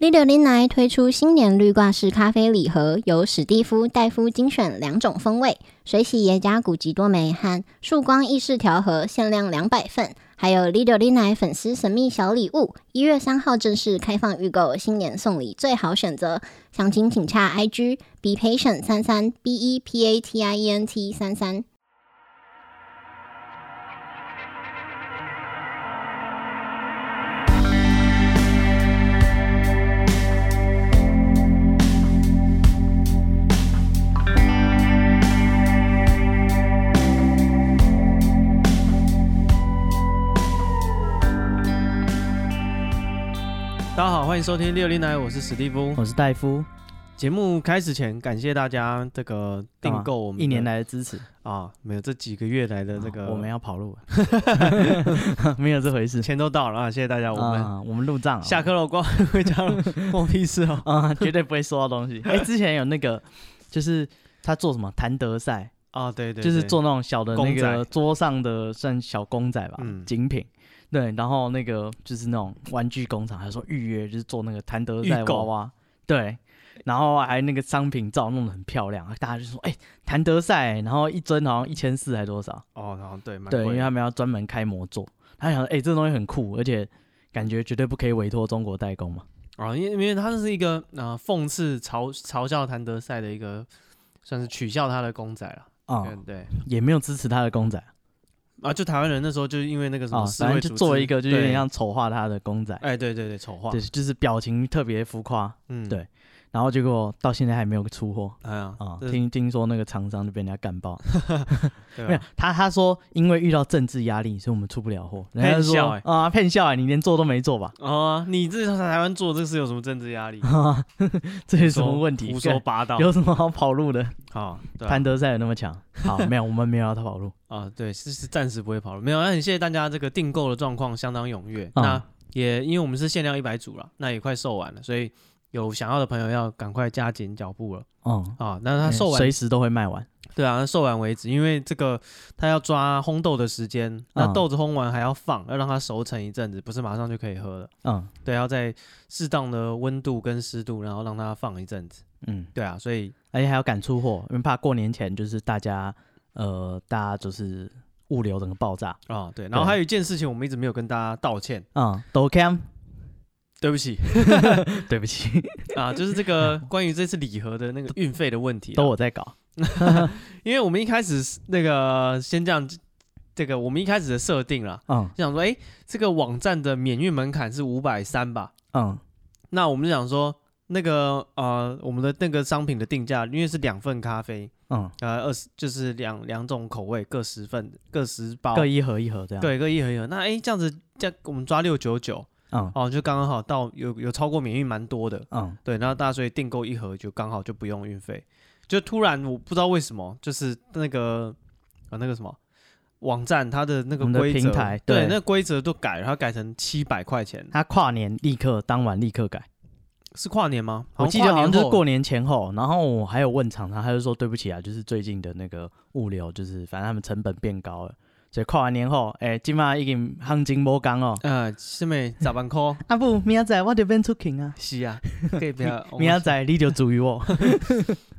绿柳林来推出新年绿挂式咖啡礼盒，由史蒂夫、戴夫精选两种风味，水洗耶加古籍多梅和曙光意式调和，限量两百份。还有 Lido l i n a 粉丝神秘小礼物，一月三号正式开放预购，新年送礼最好选择。详情请洽 IG be patient 三三 b e p a t i e n t 三三。大家好，欢迎收听六零来，我是史蒂夫。我是戴夫，节目开始前，感谢大家这个干嘛订购我们的一年来的支持，啊，没有这几个月来的这个，我们要跑 路了，没有这回事。钱都到了啊，谢谢大家。我们啊我们入账了下课了，光回家了，关我屁 事哦。啊，绝对不会收 到东西。哎，之前有那个，就是他做什么谭德赛，啊，对对，就是对做那种小的那公仔个桌上的算小公仔吧嗯，精品。对，然后那个就是那种玩具工厂，他说预约就是做那个谭德预赛购娃娃，对，然后还那个商品照弄得很漂亮，大家就说哎谭德赛，然后一尊好像一千四还多少。哦，然后对，蛮对，因贵为的他们要专门开模做，他想说，哎、这东西很酷，而且感觉绝对不可以委托中国代工嘛。哦，因为因为它是一个啊讽刺嘲嘲笑谭德赛的一个，算是取笑他的公仔了。啊、嗯，对。也没有支持他的公仔啊，就台湾人那时候就是因为那个什啊、么示反威正组织，就做一个，就有点对像丑化他的公仔，哎，对对对，丑化对，，就是表情特别浮夸，嗯，对然后结果到现在还没有出货哎呀，啊、这听听说那个厂商就被人家干爆，对啊没有吧，他他说因为遇到政治压力，所以我们出不了货，人家就骗笑说欸啊骗笑、欸，你连做都没做吧？ 哦，你这在台湾做这是有什么政治压力？这有有什么问题？胡说干八道。有什么好跑路的？好，对啊潘德赛有那么强？好，没有，我们没有要他跑路。啊，对，是是暂时不会跑了。没有，那很谢谢大家这个订购的状况相当踊跃。啊那也因为我们是限量一百组了，那也快售完了，所以有想要的朋友要赶快加紧脚步了嗯，啊。那它嗯售完随时都会卖完。对啊，那售完为止，因为这个它要抓烘豆的时间，那嗯豆子烘完还要放，要让它熟成一阵子，不是马上就可以喝了。嗯对，要在适当的温度跟湿度，然后让它放一阵子。嗯，对啊，所以而且还要赶出货，因为怕过年前就是大家呃，大家就是物流整个爆炸。啊、对，然后还有一件事情，我们一直没有跟大家道歉，嗯，抖 cam，对不起对不起，啊，就是这个关于这次礼盒的那个运费的问题啊， 都我在搞。因为我们一开始是那个先这样，这个我们一开始的设定啦，嗯就想说，哎，这个网站的免运门槛是五百三吧？嗯那我们就想说，那个呃，我们的那个商品的定价，因为是两份咖啡，嗯，呃，二十就是两两种口味，各十份，各十包，各一盒一盒这样。，对，各一盒一盒。那哎，这样子，这样我们抓六九九，嗯哦，就刚刚好到有有超过免运蛮多的，嗯对，然后大家所以订购一盒就刚好就不用运费，就突然我不知道为什么，就是那个啊那个什么网站它的那个我们的规则，平台对，对那个规则都改了，它改成七百块钱，他跨年立刻当晚立刻改，是跨年吗？我记得好像就是年后过年前后，然后我还有问厂商，他就说对不起啊，就是最近的那个物流，就是反正他们成本变高了，所以跨完年后，哎、今晚已经行情无刚哦。呃，是没咋办 扣？啊不，明仔载我就变出勤啊。是啊，可以不要 明仔载你就属于我。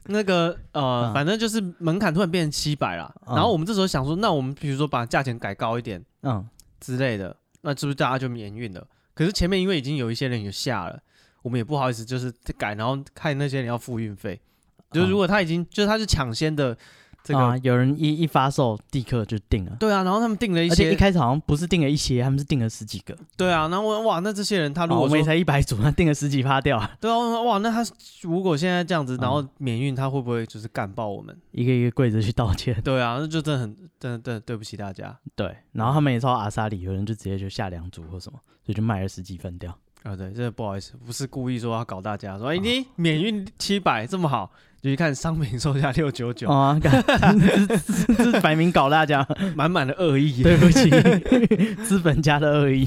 那个呃，嗯反正就是门槛突然变成七百啦，嗯然后我们这时候想说，那我们比如说把价钱改高一点 嗯之类的，那是不是大家就免运了？可是前面因为已经有一些人有下了，我们也不好意思就是改，然后看那些人要付运费，就是如果他已经就是他是抢先的这个，哦啊，有人一一发售立刻就定了，对啊，然后他们订了一而且一些，开始好像不是定了一些，他们是定了十几个。对啊，然后我哇，那这些人他他如果哦我们也说才一百组，他定了十几趴掉啊，对啊，我哇，那他如果现在这样子，嗯然后免运，他会不会就是干爆我们？ 一个一个柜子去道歉。对啊，那就真的很，真的，真的对不起大家 对，然后他们也超阿萨里，有人就直接就下两组或什么，所以就卖了十几份掉。啊。对，真的不好意思，不是故意说要搞大家，哦说哎、你免运七百这么好，就一看商品售价六九九，啊，干 这这这这摆明搞大家，满满的恶意。 对不起， 资本家的恶 意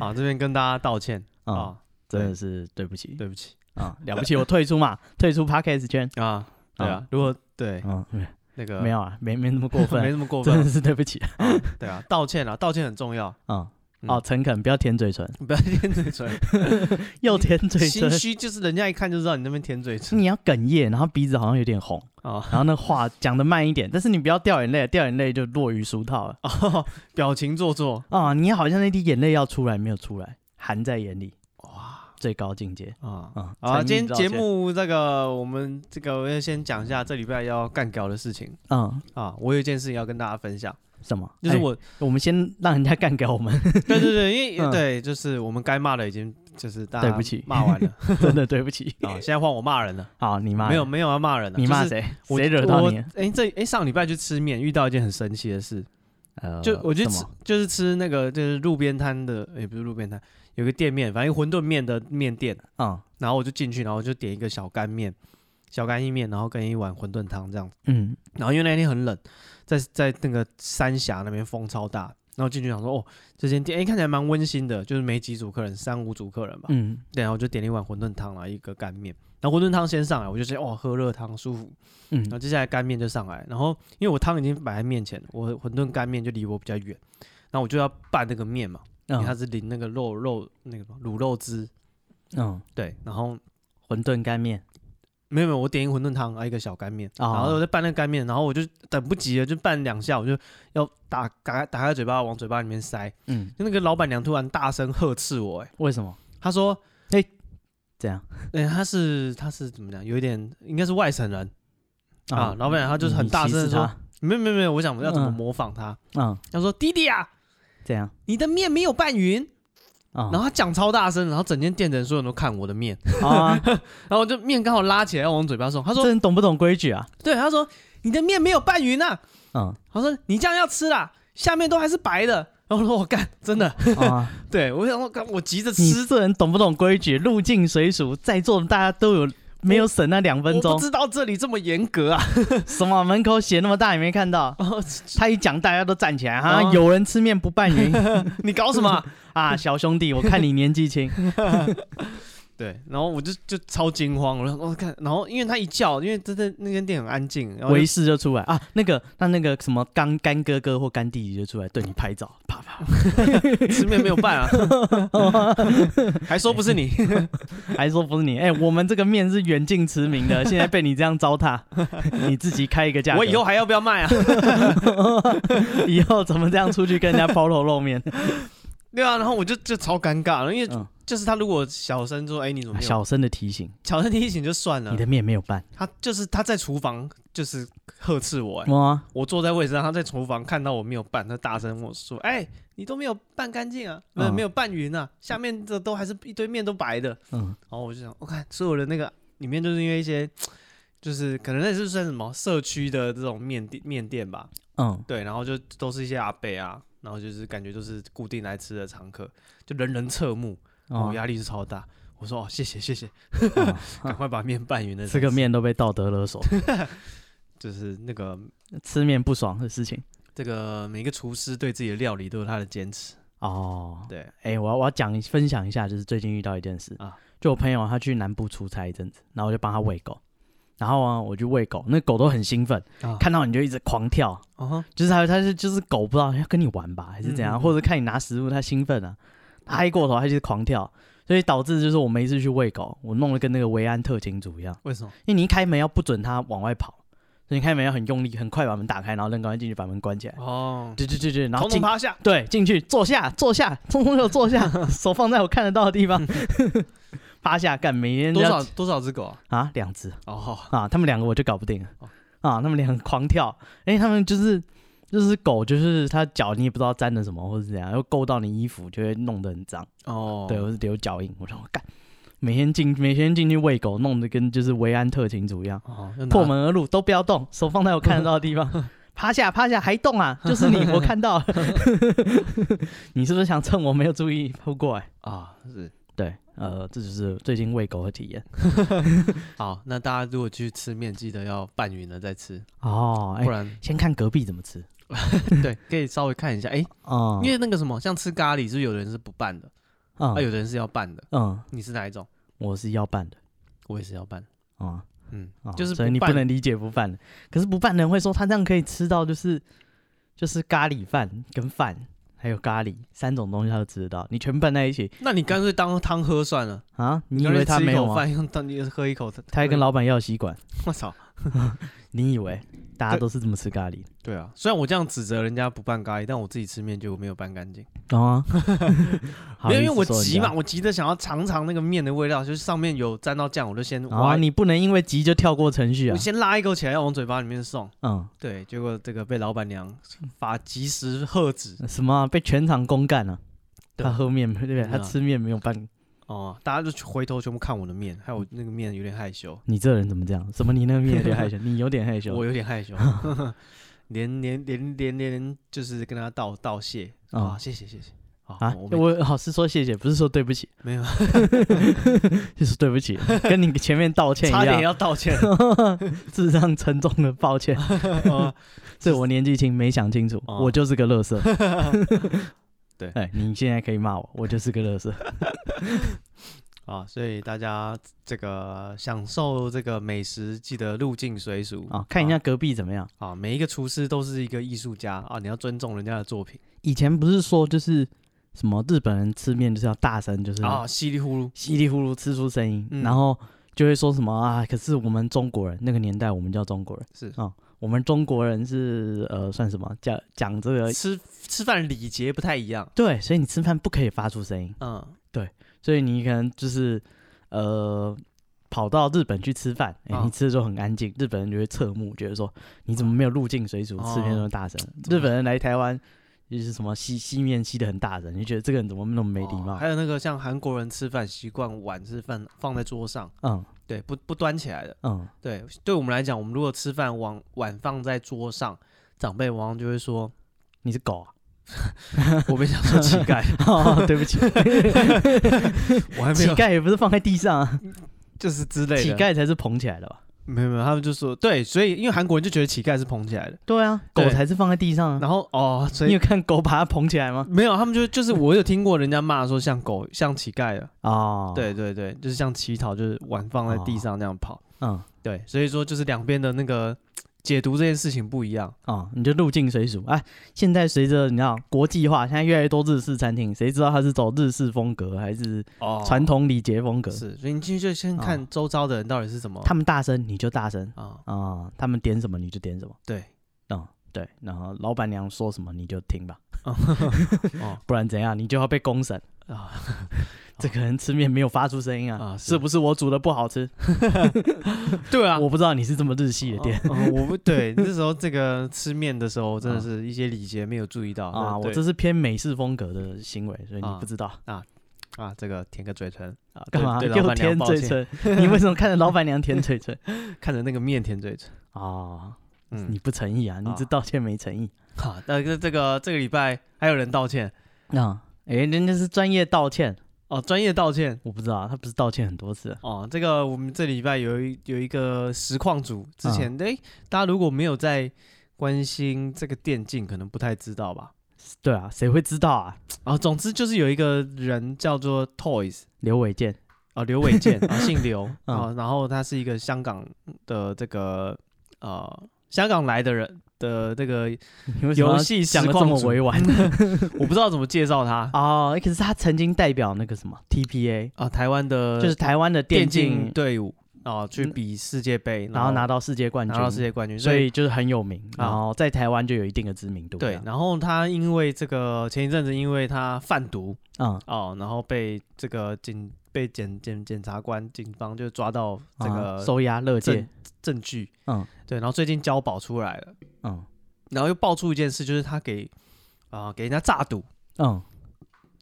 啊，这边跟大家道歉啊、啊，真的是对不起对不起啊，了不起，我退出嘛，退出 Parkes 圈。啊，对啊嗯，如果对嗯，没那个 没有啊，没没那么过 分没，那么过真的分，是对不起啊。对啊，道歉啊，道歉很重要。嗯，嗯哦，诚恳，不要舔嘴唇，不要舔 嘴唇，又舔嘴心唇，虚就是人家一看就知道你那边舔嘴唇 你要哽咽，然后鼻子好像有点红，哦然后那话讲的慢一点，但是你不要掉眼泪，掉眼泪就落于俗套了哦，表情做作啊、你好像那滴眼泪要出来没有出来，含在眼里，哇最高境界啊。啊！好啊，诚意今天道节歉，目这个我们这个我要先讲一下这礼拜要干搞的事情嗯，啊，我有一件事情要跟大家分享，什么？就是哎我，我们先让人家干掉我们，对对对，因为 嗯对就是我们该骂的已经就是大家对不起骂完 了真的对不起。啊，现在换我骂人了，好，你骂没人有，没有要骂人了，你就骂是谁？我谁惹到我你了？哎，这哎上礼拜去吃面遇到一件很神奇的事，呃就我去什吃么，就是吃那个就是路边摊的，也不是路边摊，有个店面，反正馄饨面的面店，嗯然后我就进去，然后我就点一个小干面，小干意面，然后跟一碗馄饨汤这样。嗯然后因为那天很冷，在在那个三峡那边风超大，然后进去想说，哦，这间店哎看起来蛮温馨的，就是没几组客人，三五组客人吧。嗯对，然后我就点了一碗馄饨汤，然后一个干面。然后馄饨汤先上来，我就觉得哦，喝热汤舒服。然后嗯接下来干面就上来，然后因为我汤已经摆在面前了，我馄饨干面就离我比较远，然后我就要拌那个面嘛，因为它嗯是淋那个肉肉那个什么卤肉汁，嗯，对，然后馄饨干面没有没有，我点一个馄饨汤，还有一个小干面，哦然后我在拌那个干面，然后我就等不及了，就拌两下，我就要打打开打开嘴巴往嘴巴里面塞，嗯，就那个老板娘突然大声呵斥我、哎，为什么她说，这样哎、她是她是怎么讲，有一点应该是外省人啊，老板娘她就是很你大歧声地视说，他没有没有没有，我想要怎么嗯模仿她，嗯，她说弟弟啊。这样你的面没有拌匀，啊，然后他讲超大声，然后整间店的人所有人都看我的面， 啊，然后我就面刚好拉起来要往嘴巴送。他这说人懂不懂规矩啊？：“对，他说你的面没有拌匀啊。嗯”他说：“你这样要吃啦，下面都还是白的。”然后我说：“我干，真 的， 啊，对我想我干，我急着你吃，这人懂不懂规矩？入境随俗，在座的大家都有没有省那两分我不钟？知道这里这么严格 啊。什么门口写那么大，你没 看到？ 然后他一讲，大家都站起来哈哦，有人吃面不拌匀 你搞什么啊？ 啊，小兄弟，我看你年 纪轻，对，然后我就就超惊慌，我说：“我、看。”然后因为他一叫，因为真的那间店很安静，然后就为师就出来啊，那个那那个什么干干哥哥或干弟弟就出来对你拍照，啪啪，吃面没有拌 啊，还说不是你。还说不是你，哎、我们这个面是远近驰名的，现在被你这样糟蹋， 你自己开一个价格，我以后还要不要卖啊？ 以后怎么这样出去跟人家抛头露面？对啊，然后我就就超尴尬了，因为嗯就是他如果小声说，哎、你怎么没有？啊嗯小声的提醒，小声提醒就算了你，的面没有拌，他就是他在厨房就是呵斥我、哎，哇，我坐在位置上，他在厨房看到我没有拌，他大声跟我说，哎、你都没有拌干净啊，没有、嗯没有拌匀啊，下面的都还是一堆面都白的。嗯然后我就想，我、看所有的那个里面就是因为一些。就是可能那是算什么社区的这种面店面店吧，嗯，对，然后就都是一些阿伯啊，然后就是感觉就是固定来吃的常客，就人人侧目，我哦，压力是超大。我说哦，谢谢谢谢，哦赶快把面拌匀的。吃个面都被道德勒索， 就是那个吃面不爽的事情。这个每个厨师对自己的料理都有他的坚持。哦，对，哎、我要我要讲分享一下，就是最近遇到一件事啊就我朋友他去南部出差一阵子，然后我就帮他喂狗，然后啊我就喂狗，那狗都很兴奋，啊看到你就一直狂跳，哦就是它它是就是狗不知道要跟你玩吧还是怎样，嗯或者看你拿食物它兴奋啊，它嗨过头它就是狂跳，所以导致就是我每一次去喂狗，我弄得跟那个维安特勤组一样，为什么？因为你一开门要不准它往外跑，所以你开门要很用力，很快把门打开，然后扔高进去把门关起来，哦，对对对对，然后统进统趴下。对，进去坐下，坐下，匆匆就坐下， 手放在我看得到的地方， 趴下干。每天多要少多少只狗啊？啊？两只哦，啊，他们两个我就搞不定了哦啊，他们两个狂跳，哎、他们就是就是狗，就是它脚你也不知道沾了什么，或者是怎样，又勾到你衣服，就会弄得很脏。哦，对，我是留脚印，我说我干，每天进每天进去喂狗，弄得跟就是维安特勤组一样，哦，要拿破。门而入都不要动，手放在我看得到的地 方。趴下，趴下，还动啊！就是你，我看到了。 你是不是想趁我没有注意扑过来？啊，是对，呃，这就是最近喂狗的体验。好。那大家如果去吃面，记得要拌匀了再吃，哦，哎、不 然先看隔壁怎么吃。对，可以稍微看一下。哎，哦、因为那个什么，像吃咖喱，是不是有的人是不拌的，嗯、啊，有的人是要拌的。嗯，你是哪一种？我是要办的我也是要拌。啊、嗯哦，就是所以你拌不能理解不办的。可是不办的人会说他这样可以吃到就是就是咖喱饭跟饭，还有咖喱三种东西，他都吃得到。你全拌在一起那你干脆当汤喝算了。啊？你以干脆为他吃一没有口吗？饭，用当你喝一口，他还跟老板要吸管？我操，你以为大家对都是这么吃咖喱？对啊。虽然我这样指责人家不拌咖喱，但我自己吃面就没有拌干净。懂吗？啊好没有，意因为思我说人急家嘛，我急着想要尝尝那个面的味道，就是上面有沾到酱，我就先挖啊，一，你不能因为急就跳过程序我啊。先拉一口起来要往嘴巴里面送。嗯，对，结果这个被老板娘发及时喝止。什么啊、被全场公干了、对他喝面对不对？嗯啊他吃面没有拌，哦，大家就回头全部看我的面，还有那个面有点害羞，你这人怎么这样？什么你那个面有点害羞，你有点害 羞。我有点害 羞，连连连连连就是跟他道道谢哦啊，谢谢谢谢啊啊，，我没我好是说谢谢，不是说对不起，没有，就是对不起， 跟你前面道歉一差点样，要道 歉，智商沉重的 抱歉，哦这我年纪轻没想清楚，哦我就是个乐色。 对哎，你现在可以骂我，我就是个 乐色。啊，所以大家这个享受这个美食，记得入境随俗啊，看一下隔壁怎么样。啊，每一个厨师都是一个艺术家啊，你要尊重人家的作品以前不是说就是什么日本人吃面就是要大声，就是啊，稀里呼噜稀里呼噜吃出声音，嗯然后就会说什么啊？可是我们中国人那个年代，我们叫中国人，是我们中国人是呃算什么讲讲这个吃吃饭礼节不太一样，对，所以你吃饭不可以发出声音，嗯，所以你可能就是呃跑到日本去吃饭，哎、啊你吃的时候很安静，日本人就会侧目，觉得说你怎么没有入境水煮，嗯哦吃面那么大声？怎么日本人来台湾就是什么吸吸面吸的很大声，你就觉得这个人怎么那么没礼哦貌？还有那个像韩国人吃饭习惯碗是放放在桌上，嗯对，不不端起来的。嗯，对，对我们来讲，我们如果吃饭碗碗放在桌上，长辈往往就会说 你是狗、啊。：“我没想说乞丐， 哦，对不起，我还没乞有，丐也不是放在地上啊，就是之类的。”乞丐才是捧起来的吧？没有没有，他们就说对，所以因为韩国人就觉得乞丐是捧起来的，对啊，对狗才是放在地上啊。然后哦，所你以有看狗把它捧起来吗？没有，他们就就是我有听过人家骂说像狗像乞丐的，哦，，对对对，就是像乞讨，就是碗放在地上那样跑，嗯，对，所以说就是两边的那个解读这件事情不一样，哦，你就入境随俗。哎，现在随着你知道国际化，现在越来越多日式餐厅，谁知道它是走日式风格还是哦传统礼节风格？是，所以你进去就先看周遭的人到底是怎么他们大声你就大声啊，啊，他们点什么你就点什么。对，嗯，对，然后老板娘说什么你就听吧， 哦不然怎样你就要被公审。啊， 这个人吃面没有发出声音啊，啊是是不是我煮的不好吃？对啊，我不知道你是这么日系的店哦，哦我不对，那时候这个吃面的时候，真的是一些礼节没有注意到啊，哦对我这是偏美式风格的行为，所以你啊不知道啊，这个舔个嘴唇啊，干嘛对对老又板娘舔抱嘴歉唇？ 你为什么看着老板娘舔嘴唇 看着那个面舔嘴唇。啊？嗯， 你不诚意啊，你啊这道歉没诚意好，那这这个这个礼拜还有人道歉啊？哎，人家是专业道歉，哦，专业道歉我不知道他不是道歉很多次啊哦。这个我们这礼拜有一有一个实况组，之前嗯哎、大家如果没有在关心这个电竞，可能不太知道吧。对啊，谁会知道啊？啊、总之就是有一个人叫做 Toys 刘伟健 啊、刘伟健啊、姓刘啊、 嗯然后他是一个香港的这个呃香港来的人的这个，你为什么要游戏实讲的这况么组 委婉我不知道怎么介绍他哦，可是他曾经代表那个什么 TPA，啊、台湾的就是台湾的电电竞竞，嗯队伍啊、去比世界杯，然后拿到世界冠军拿，到世界冠军，所所以以就是很有名，啊然后在台湾就有一定的知名度。这对样，，然后他因为这个前一阵子因为他贩毒嗯，哦，然后被这个警被检检检察官警方就抓到这啊个收押乐证界，证据，嗯对，然后最近交保出来了，嗯然后又爆出一件事，就是他给啊、给人家诈赌，嗯，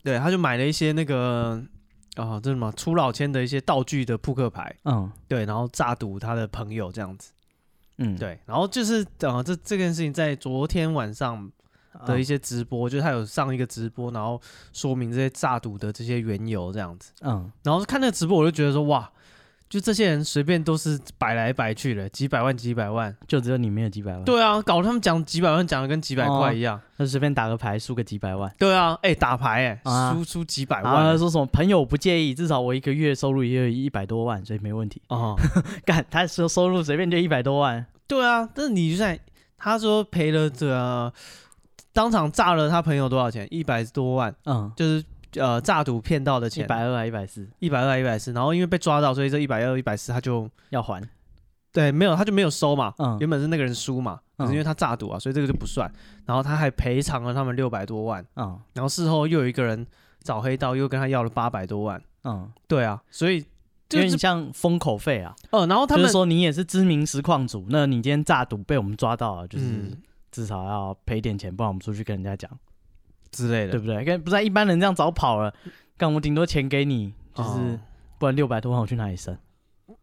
对，他就买了一些那个啊、这是什么出老千的一些道具的扑克牌，嗯对，然后诈赌他的朋友这样子，嗯，对，然后就是啊、这这件事情在昨天晚上啊的一些直播，就是他有上一个直播，然后说明这些诈赌的这些缘由这样子。嗯然后看那个直播，我就觉得说哇，就这些人随便都是摆来摆去的，几百万几百万。嗯，就只有你没有几百万，，对啊，搞得他们讲几百万讲的跟几百哦块一样。他随便打个牌输个几百万，对啊，哎、打牌哎、啊输输几百然后他万。哎说什么朋友不介意，至少我一个月收入也有一百多万，所以没问题。 哦，干，他说收入随便就一百多万，对啊，但是你就在他说赔了这、当场炸了他朋友多少钱？一百多万，嗯，就是呃诈赌骗到的一钱，百二还一百四一百二、一百四。然后因为被抓到，所以这一百二、一百四他就要还，对没有他就没有收嘛，嗯原本是那个人输嘛，可是因为他诈赌啊，所以这个就不算。然后他还赔偿了他们六百多万，嗯然后事后又有一个人找黑道又跟他要了八百多万。嗯，对啊，所以有就点是像封口费啊，哦，然后他就们是说你也是知名实况主，那你今天诈赌被我们抓到了，就是嗯至少要赔点钱，不然我们出去跟人家讲，之类的，对不对？跟不然一般人这样早跑了，干我顶多钱给你，就是哦不然六百多万我去哪里生？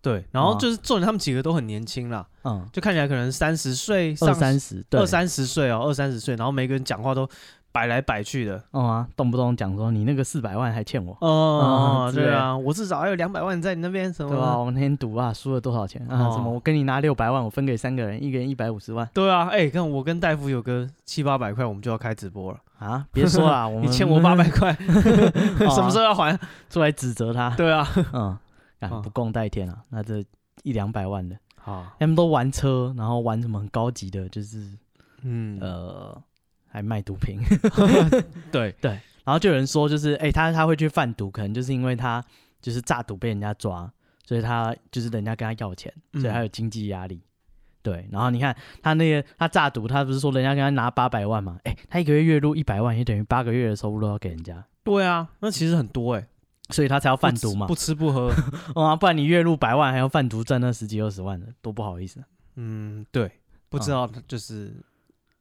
对。然后就是重点，他们几个都很年轻啦，嗯，就看起来可能三十岁上二三十，对，二三十岁哦，二三十岁，然后每个人讲话都摆来摆去的。嗯啊，动不动讲说你那个四百万还欠我，哦，嗯之类对的啊，我至少还有两百万在你那边，什么对吧？我们那天赌啊，输了多少钱啊？哦什么？我跟你拿六百万，我分给三个人，一个人一百五十万对啊，哎、看我跟大夫有个七八百块，我们就要开直播了。啊！ 别 说啦，我们你欠 我八百， 块，什么时候候要还？出来指责他？ 对啊，嗯，哦啊，不共戴天啊！那这一两百万的，好，他们都玩车，然后玩什么很高级的，就是嗯，呃，还卖毒品。 对，然后就有人说，就是哎、他他会去贩毒，可能就是因为他就是诈赌被人家抓，所以他就是人家跟他要钱，嗯所以他有经济压力。对，然后你看他那个他诈赌，他不是说人家跟他拿八百万嘛？哎、他一个月月入一百万，也等于八个月的收入都要给人家，对啊，那其实很多哎、所以他才要不贩毒吃嘛不。吃不 喝，哇、不然你月入百万还要贩毒，赚那十几二十万的，多不好意思啊嗯，对，不知道就是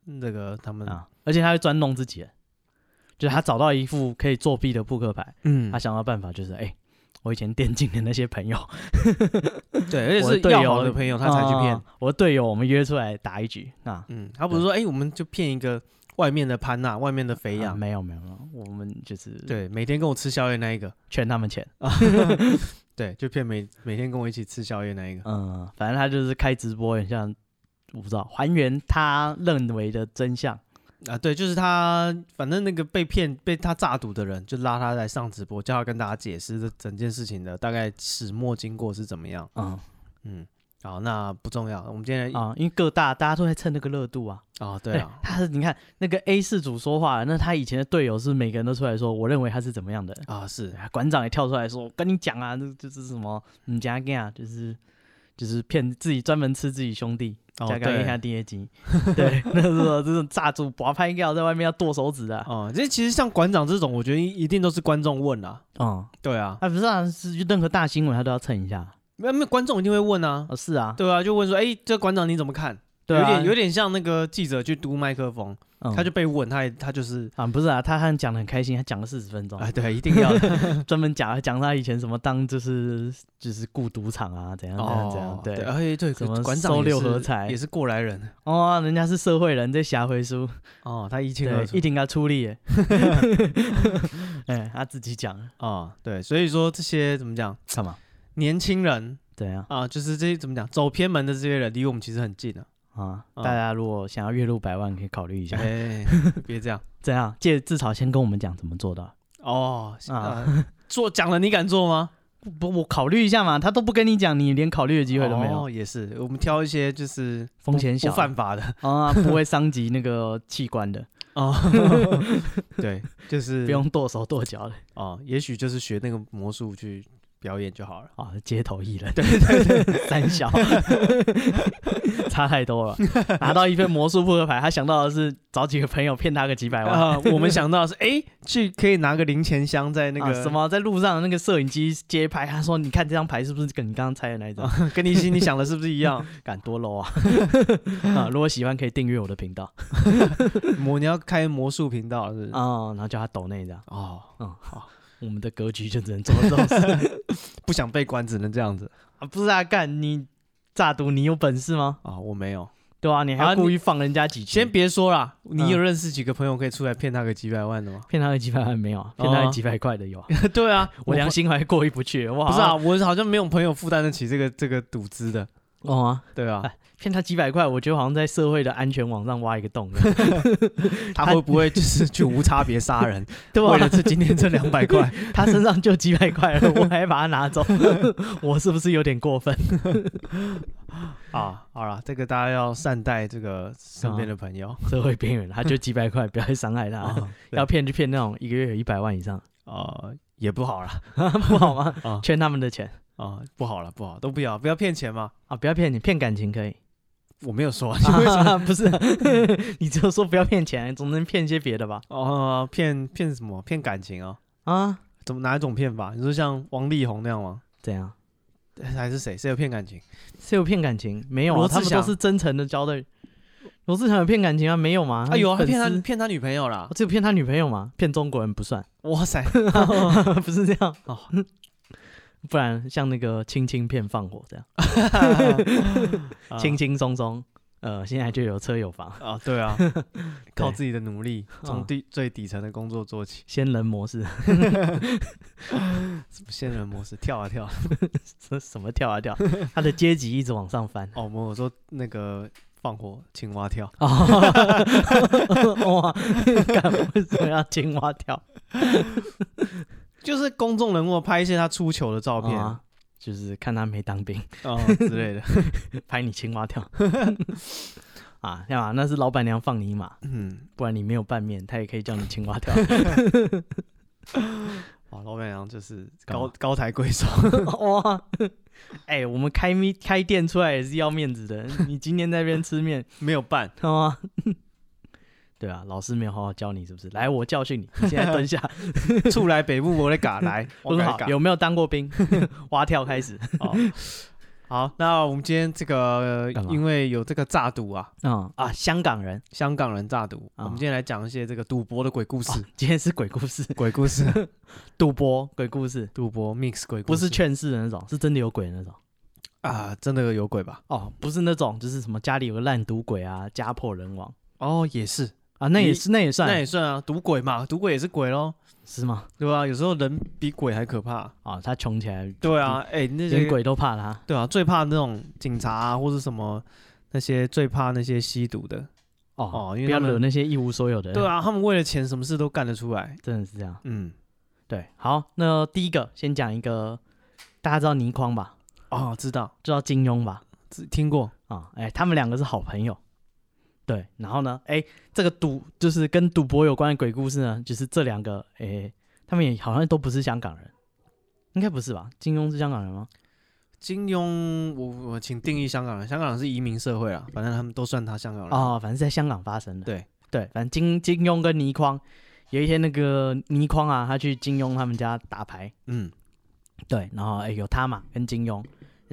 那个他们，啊！而且他会专弄自己人，就是他找到一副可以作弊的扑克牌，嗯他，想到办法就是哎、我以前电竞的那些朋友，对，而且我的是队要友好的朋友他才去骗啊，我的队友，我们约出来打一局啊。嗯，他不是说哎、我们就骗一个外面的潘娜，外面的肥啊羊，没有没有没有，我们就是对，每天跟我吃宵夜那一 个，劝他们钱。对，就骗每每天跟我一起吃宵夜那一个，嗯，反正他就是开直播，很像我不知道还原他认为的真相。啊，对，就是他，反正那个被骗被他诈赌的人，就拉他来上直播，叫他跟大家解释这整件事情的大概始末经过是怎么样。嗯嗯，好，那不重要，我们今天啊、啊，因为各大大家都在蹭那个热度啊。哦，对啊，他是你看那个 A 四组说话了，那他以前的队友是每个人都出来说，我认为他是怎么样的。啊 是，啊馆长也跳出来说，我跟你讲啊，这就是什么你家干啊，就是就是骗自己专门吃自己兄弟。哦加杠一下对，第二集， 对，那时候这种炸住，把拍掉在外面要剁手指的啊，哦，这其实像馆长这种，我觉得一定都是观众问啊，嗯，对啊，啊不是啊，是任何大新闻他都要蹭一下，没有没有观众一定会问啊，哦是啊，对啊，就问说，哎，这馆长你怎么看？对有啊，点有点像那个记者去嘟麦克风，嗯，他就被问，他也他就是，啊不是啊，他他讲的很开心，他讲了四十分钟，哎，对，一定要的专门讲讲他以前什么当就是就是雇赌场啊，怎样怎样怎哦样，，对，对，啊哎对，什么馆长收也六是合彩也是过来人哦，人家是社会人，这霞回书，哦，他一清对二，楚一定要出力 耶，哎，他自己讲哦，对，所以说这些怎么讲，干嘛？年轻人怎样啊，就是这些怎么讲，走偏门的这些人离我们其实很近啊，啊？嗯大家如果想要月入百万，可以考虑一下。 哎，别这样怎样？借至少先跟我们讲怎么做到。哦，啊啊，做讲了你敢做吗？不，我考虑一下嘛。他都不跟你讲，你连考虑的机会都没有。哦，也是，我们挑一些就是风不险小不犯法的 啊，不会伤及那个器官的，哦， 对，就是不用剁手剁脚的哦，也许就是学那个魔术去表演就好 了。啊，街头艺人。对 对对，三小差太多了。拿到一份魔术扑克牌，他想到的是找几个朋友骗他个几百万。啊、我们想到的是，哎、去可以拿个零钱箱在那那个、个、啊什，么，在路上那个摄影机街拍，他说：“你看这张牌是不是跟你刚刚猜的那一张？跟你心里想的是不是一样？ 敢多 low 啊！啊，如果喜欢可以订阅我的频道魔你要开魔术频道了是不是？啊、然后叫他抖那一张。哦，嗯，好，我们的格局就只能做到这种事。不想被关，只能这样子啊， 不是啊，干你诈赌，你有本事吗？啊、我没有，对啊，你还啊要你故意放人家几千先别说啦，你嗯有认识几个朋友可以出来骗他个几百万的吗？骗他个几百万没有啊，哦骗他个几百块的有啊， 对啊，我良心还过意不去，哇，不是啊，，我好像没有朋友负担得起这个这个赌资的，哦啊，对 啊，哎骗他几百块，我觉得好像在社会的安全网上挖一个 洞，他他会不会就是去无差别杀 人？对为了吧？这今天这两百 块，他身 上就几百块了，我还把他拿走，我是不是有点过分？啊，好了，这个大家要善待这个身边的朋友社会边缘，他就几百块，不要去伤害他。 啊，要骗就骗那种一个月有一百万以上，呃也不好啦，不好吗？啊圈他们的钱啊，不好了，不好，都不要，不要骗钱嘛。啊！不要骗你，骗感情 可以。我没有 说，你为什么？啊、不是， 你只有说不要骗钱，总能骗些别的吧？哦，骗骗什么？骗感情啊？啊，怎么哪一种骗法？你说像王力宏那样吗？怎样？还是谁？谁有骗感情？谁有骗感情？没有啊，罗志他们都祥是真诚的交的。罗志祥有骗感情啊？没有吗？啊，有啊，他粉丝骗他骗他女朋友啦我！只有哦骗他女朋友嘛，骗中国人 不算，哇塞，不是这样哦，不然像那个轻轻骗放火这样，啊轻轻松松，呃，现在就有车有房，啊，对啊，靠 对自己的努力，从啊底最底层的工作做起，仙人模式，什么仙人模式，跳啊跳啊。 什什么跳啊跳，他的阶级一直往上翻。哦，我们有说那个放火青蛙跳，哦， 哇，干为什么要青蛙跳？就是公众人物拍一些他出糗的照片啊就是看他没当兵，哦之 类的。拍你青 蛙跳啊，干嘛？那是老板娘放你一马，嗯，不然你没有拌面，她也可以叫你青蛙跳。哇，老板娘就是干高嘛高抬贵手， 哇，哎、我们开咪开店出来也是要面子的，你今天在那边吃面， 没有办他妈。对啊，老师没有好好教你，是不是？来，我教训你，你现在蹲下，出来北部我得嘎 来， 我蹲得好。嘎有没有当过兵？ 蛙跳开 始。哦好，那我们今天这个呃干嘛因为有这个诈赌啊，嗯啊，香港人香港人诈赌，啊我们今天来讲一些这个赌博的鬼故啊事，今天是鬼故事， 鬼故事， 赌博鬼故事，赌博 mix 鬼故不事，是劝世的那种，是真的有鬼的那种。啊，真的有鬼吧？哦，不是那种，就是什么家里有个烂赌鬼啊，家破人亡哦，也是，啊，那也你是那也算那也算啊，赌鬼嘛，赌鬼也是鬼咯，是吗？对吧、有时候人比鬼还可怕。啊，他穷起来对啊，哎、那些连鬼都怕他对啊，最怕那种警察啊，或是什么那些最怕那些吸毒的。哦，哦因不为要他们惹那些一无所有的人。对，啊，他们为了钱什么事都干得出来。真的是这样。嗯，对，好，那第一个先讲一个，大家知道倪匡吧？哦，知道，知道金庸吧？知听过啊、哎，他们两个是好朋友。对，然后呢，哎，这个赌就是跟赌博有关的鬼故事呢，就是这两个，哎，他们也好像都不是香港人，应该不是吧？金庸是香港人吗？金庸，我我请定义香港人，香港人是移民社会啊，反正他们都算他香港人。哦，反正在香港发生的。对对，反正金金庸跟倪匡，有一天那个倪匡啊，他去金庸他们家打牌，嗯，对，然后哎有他嘛，跟金庸，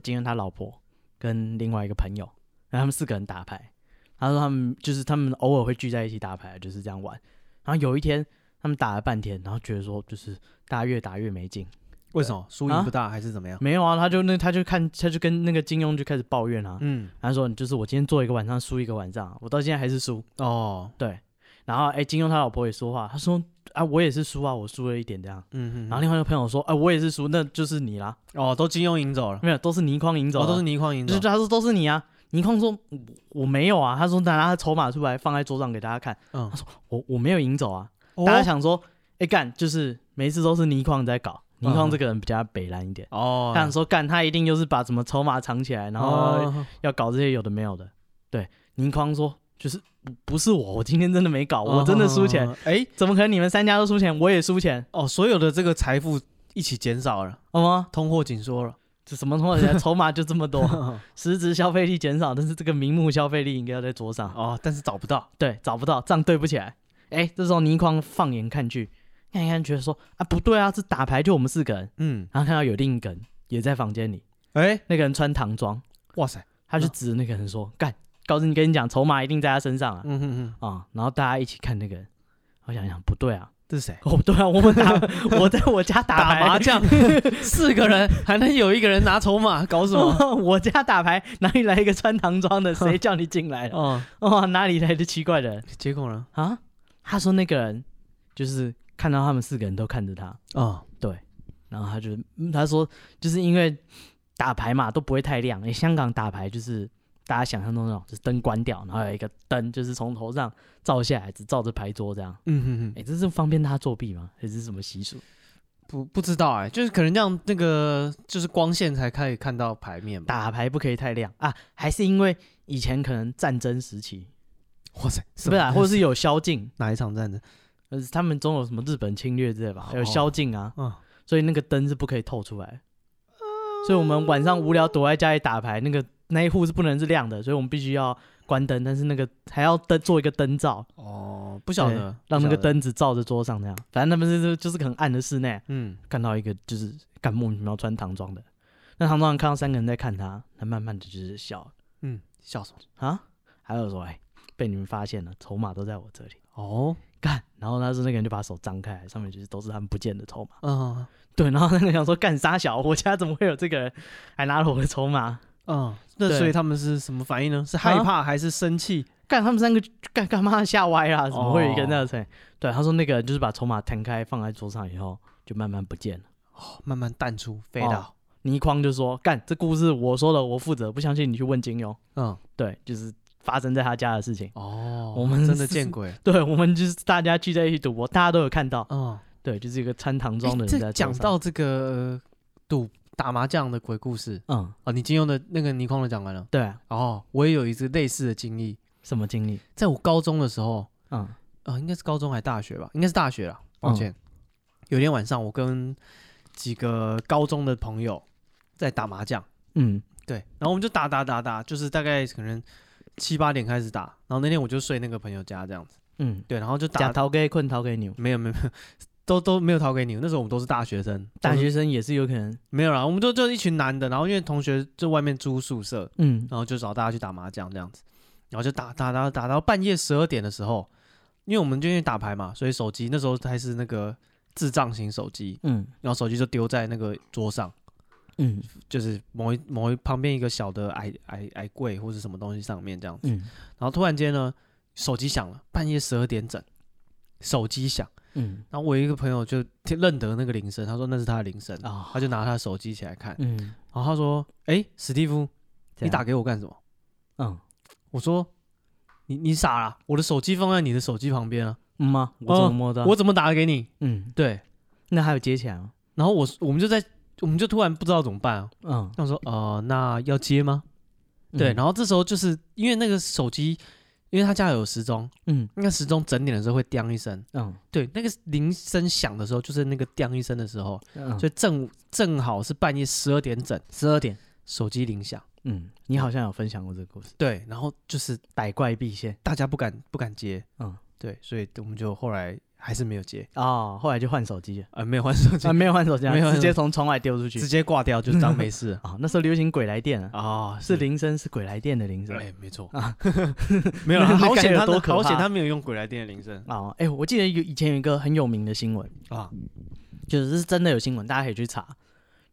金庸他老婆跟另外一个朋友，然后他们四个人打牌。他说他们就是他们偶尔会聚在一起打牌，就是这样玩。然后有一天他们打了半天，然后觉得说就是大家越打越没劲，为什么输啊赢不大、还是怎么样？没有啊，他就那他就看他就跟那个金庸就开始抱怨啊，嗯，他说你就是我今天做一个晚上输一个晚上，啊我到现在还是输，哦，对，然后哎、金庸他老婆也说话，他说啊，我也是输啊，我输了一点这样。嗯嗯，然后另外一个朋友说，啊，我也是输，那就是你啦，哦，都金庸赢走了，没有，都是倪匡赢嗯哦，走的、都是倪匡赢就走是，他说都是你啊。倪匡说我，我没有啊，他说拿他的筹码出来放在桌上给大家看，嗯，我我没有赢走啊。哦大家想说，哎、干，就是每次都是倪匡在搞，倪嗯匡这个人比较北蓝一点。哦，他想说干，他一定就是把什么筹码藏起来，然后哦要搞这些有的没有的。对，倪匡说就是不不是我，我今天真的没搞，我真的输钱。哦，哎、怎么可能你们三家都输钱，我也输钱？哦，所有的这个财富一起减少了，好吗？通货紧缩了。这什么东西 啊？筹码就这么多，实质消费力减少，但是这个名目消费力应该要在桌上。哦，但是找不到。对，找不到账对不起来。哎，这时候倪匡放眼看去，看一看，觉得说啊不对啊，这打牌就我们四个人，嗯，然后看到有另一个人也在房间里，哎、那个人穿唐装，哇塞，他就指着那个人说：“干，告诉你跟你讲，筹码一定在他身上啊！”嗯哼哼，啊、然后大家一起看那个人，我想一想不对啊，这是谁？哦不对啊，我们打 我在我家打牌 麻将，四个人还能有一个人拿筹码，搞什么？ 我家打牌哪里来一个穿唐装的？谁叫你进来的？哦，哦，哪里来的奇怪的人结果呢？啊？他说那个人就是看到他们四个人都看着他，哦，然后他就、嗯他说就是因为打牌嘛都不会太亮，诶，香港打牌就是大家想象中那种就是灯关掉，然后有一个灯就是从头上照下来，只照着牌桌这样。嗯哼诶，这是方便他作弊吗？还是什么习俗？不不知道哎、就是可能让那个就是光线才可以看到牌面吧。打牌不可以太亮啊，还是因为以前可能战争时期，哇塞，是不是、啊？或者是有宵禁，哪一场战争？呃，他们总有什么日本侵略之类吧，哦有宵禁啊，嗯，呃所以那个灯是不可以透出来。所以我们晚上无聊躲在家里打牌，那个那一户是不能是亮的，所以我们必须要关灯，但是那个还要灯做一个灯罩，哦，不晓对得，让不晓那个得，灯只照着桌上那样。反正他们是就是很暗的室内，嗯，看到一个就是干莫名其妙穿唐装的，那唐装看到三个人在看他，他慢慢的就是笑嗯，笑什么？啊，还有说哎、被你们发现了，筹码都在我这里，哦，干。然后那时候那个人就把手张开来，上面就是都是他们不见的筹码。嗯对，然后那个人想说干啥小，我家怎么会有这个人，还拿了我的筹码？嗯，那对所以他们是什么反应呢？是害怕还是生气？干他们三个就干干嘛吓歪啦？怎么会有一个人哦那层？对，他说那个人就是把筹码摊开放在桌上以后，就慢慢不见了。哦慢慢淡出，飞哦到，倪匡就说干这故事我说了，我负责，不相信你去问金庸。嗯，对，就是发生在他家的事情。哦，我们真的是见鬼，对，我们就是大家聚在一起赌博，大家都有看到。嗯，对，就是一个穿唐装的诶人在这桌讲上到这个呃赌打麻将的鬼故事嗯，哦，你金庸的那个倪匡的讲完了。对、啊，哦，我也有一次类似的经历，什么经历？在我高中的时候，嗯呃，应该是高中还大学吧，应该是大学了，抱嗯歉。有一天晚上，我跟几个高中的朋友在打麻将，嗯对，然后我们就打打打打，就是大概可能七八点开始打，然后那天我就睡那个朋友家这样子，嗯，对，然后就假打，逃给困逃给牛，没有没有没有，都都没有逃给你，那时候我们都是大学生，大都是学生也是有可能。没有啦，我们就就一群男的，然后因为同学在外面租宿舍，嗯然后就找大家去打麻将这样子，然后就打打打打到半夜十二点的时候，因为我们就因为打牌嘛，所以手机那时候还是那个智障型手机，嗯然后手机就丢在那个桌上，嗯就是某一某一旁边一个小的矮矮矮柜或是什么东西上面这样子，嗯然后突然间呢，手机响了，半夜十二点整，手机响，嗯然后我有一个朋友就听认得那个铃声，他说那是他的铃声，啊他就拿他的手机起来看，嗯，然后他说，哎，史蒂夫，怎你样打给我干什么？嗯我说你你傻了，我的手机放在你的手机旁边啊，嗯吗？我怎么摸到？我怎么打给你？嗯，对，那还有啊接起来吗？然后我我们就在我们就突然不知道怎么办啊，嗯，那我说呃那要接吗？对，然后后这时候就是因为那个手机，因为他家有时钟，嗯那个时钟整点的时候会叮一声，嗯对，那个铃声响的时候就是那个叮一声的时候，嗯，所所以以正正好是半夜十二点整，十二点，手机铃响，嗯，你好像有分享过这个故事，对，然后就是百怪必现大家不敢不敢接，嗯，对，所以我们就后来还是没有接，哦，后来就换手机了。啊、没有换手机 啊，，没有换手机啊，没有换直接手从窗外丢出去直。接挂掉，就当没事 啊，那时候流行鬼来电啊，啊、是铃声，是鬼来电的铃声。哎，没错 啊没有啦，那好该险有他多可好险怕他没有用鬼来电的铃声哦，哎、我记得有以前有一个很有名的新闻，啊，就是是真的有新闻，大家可以去查。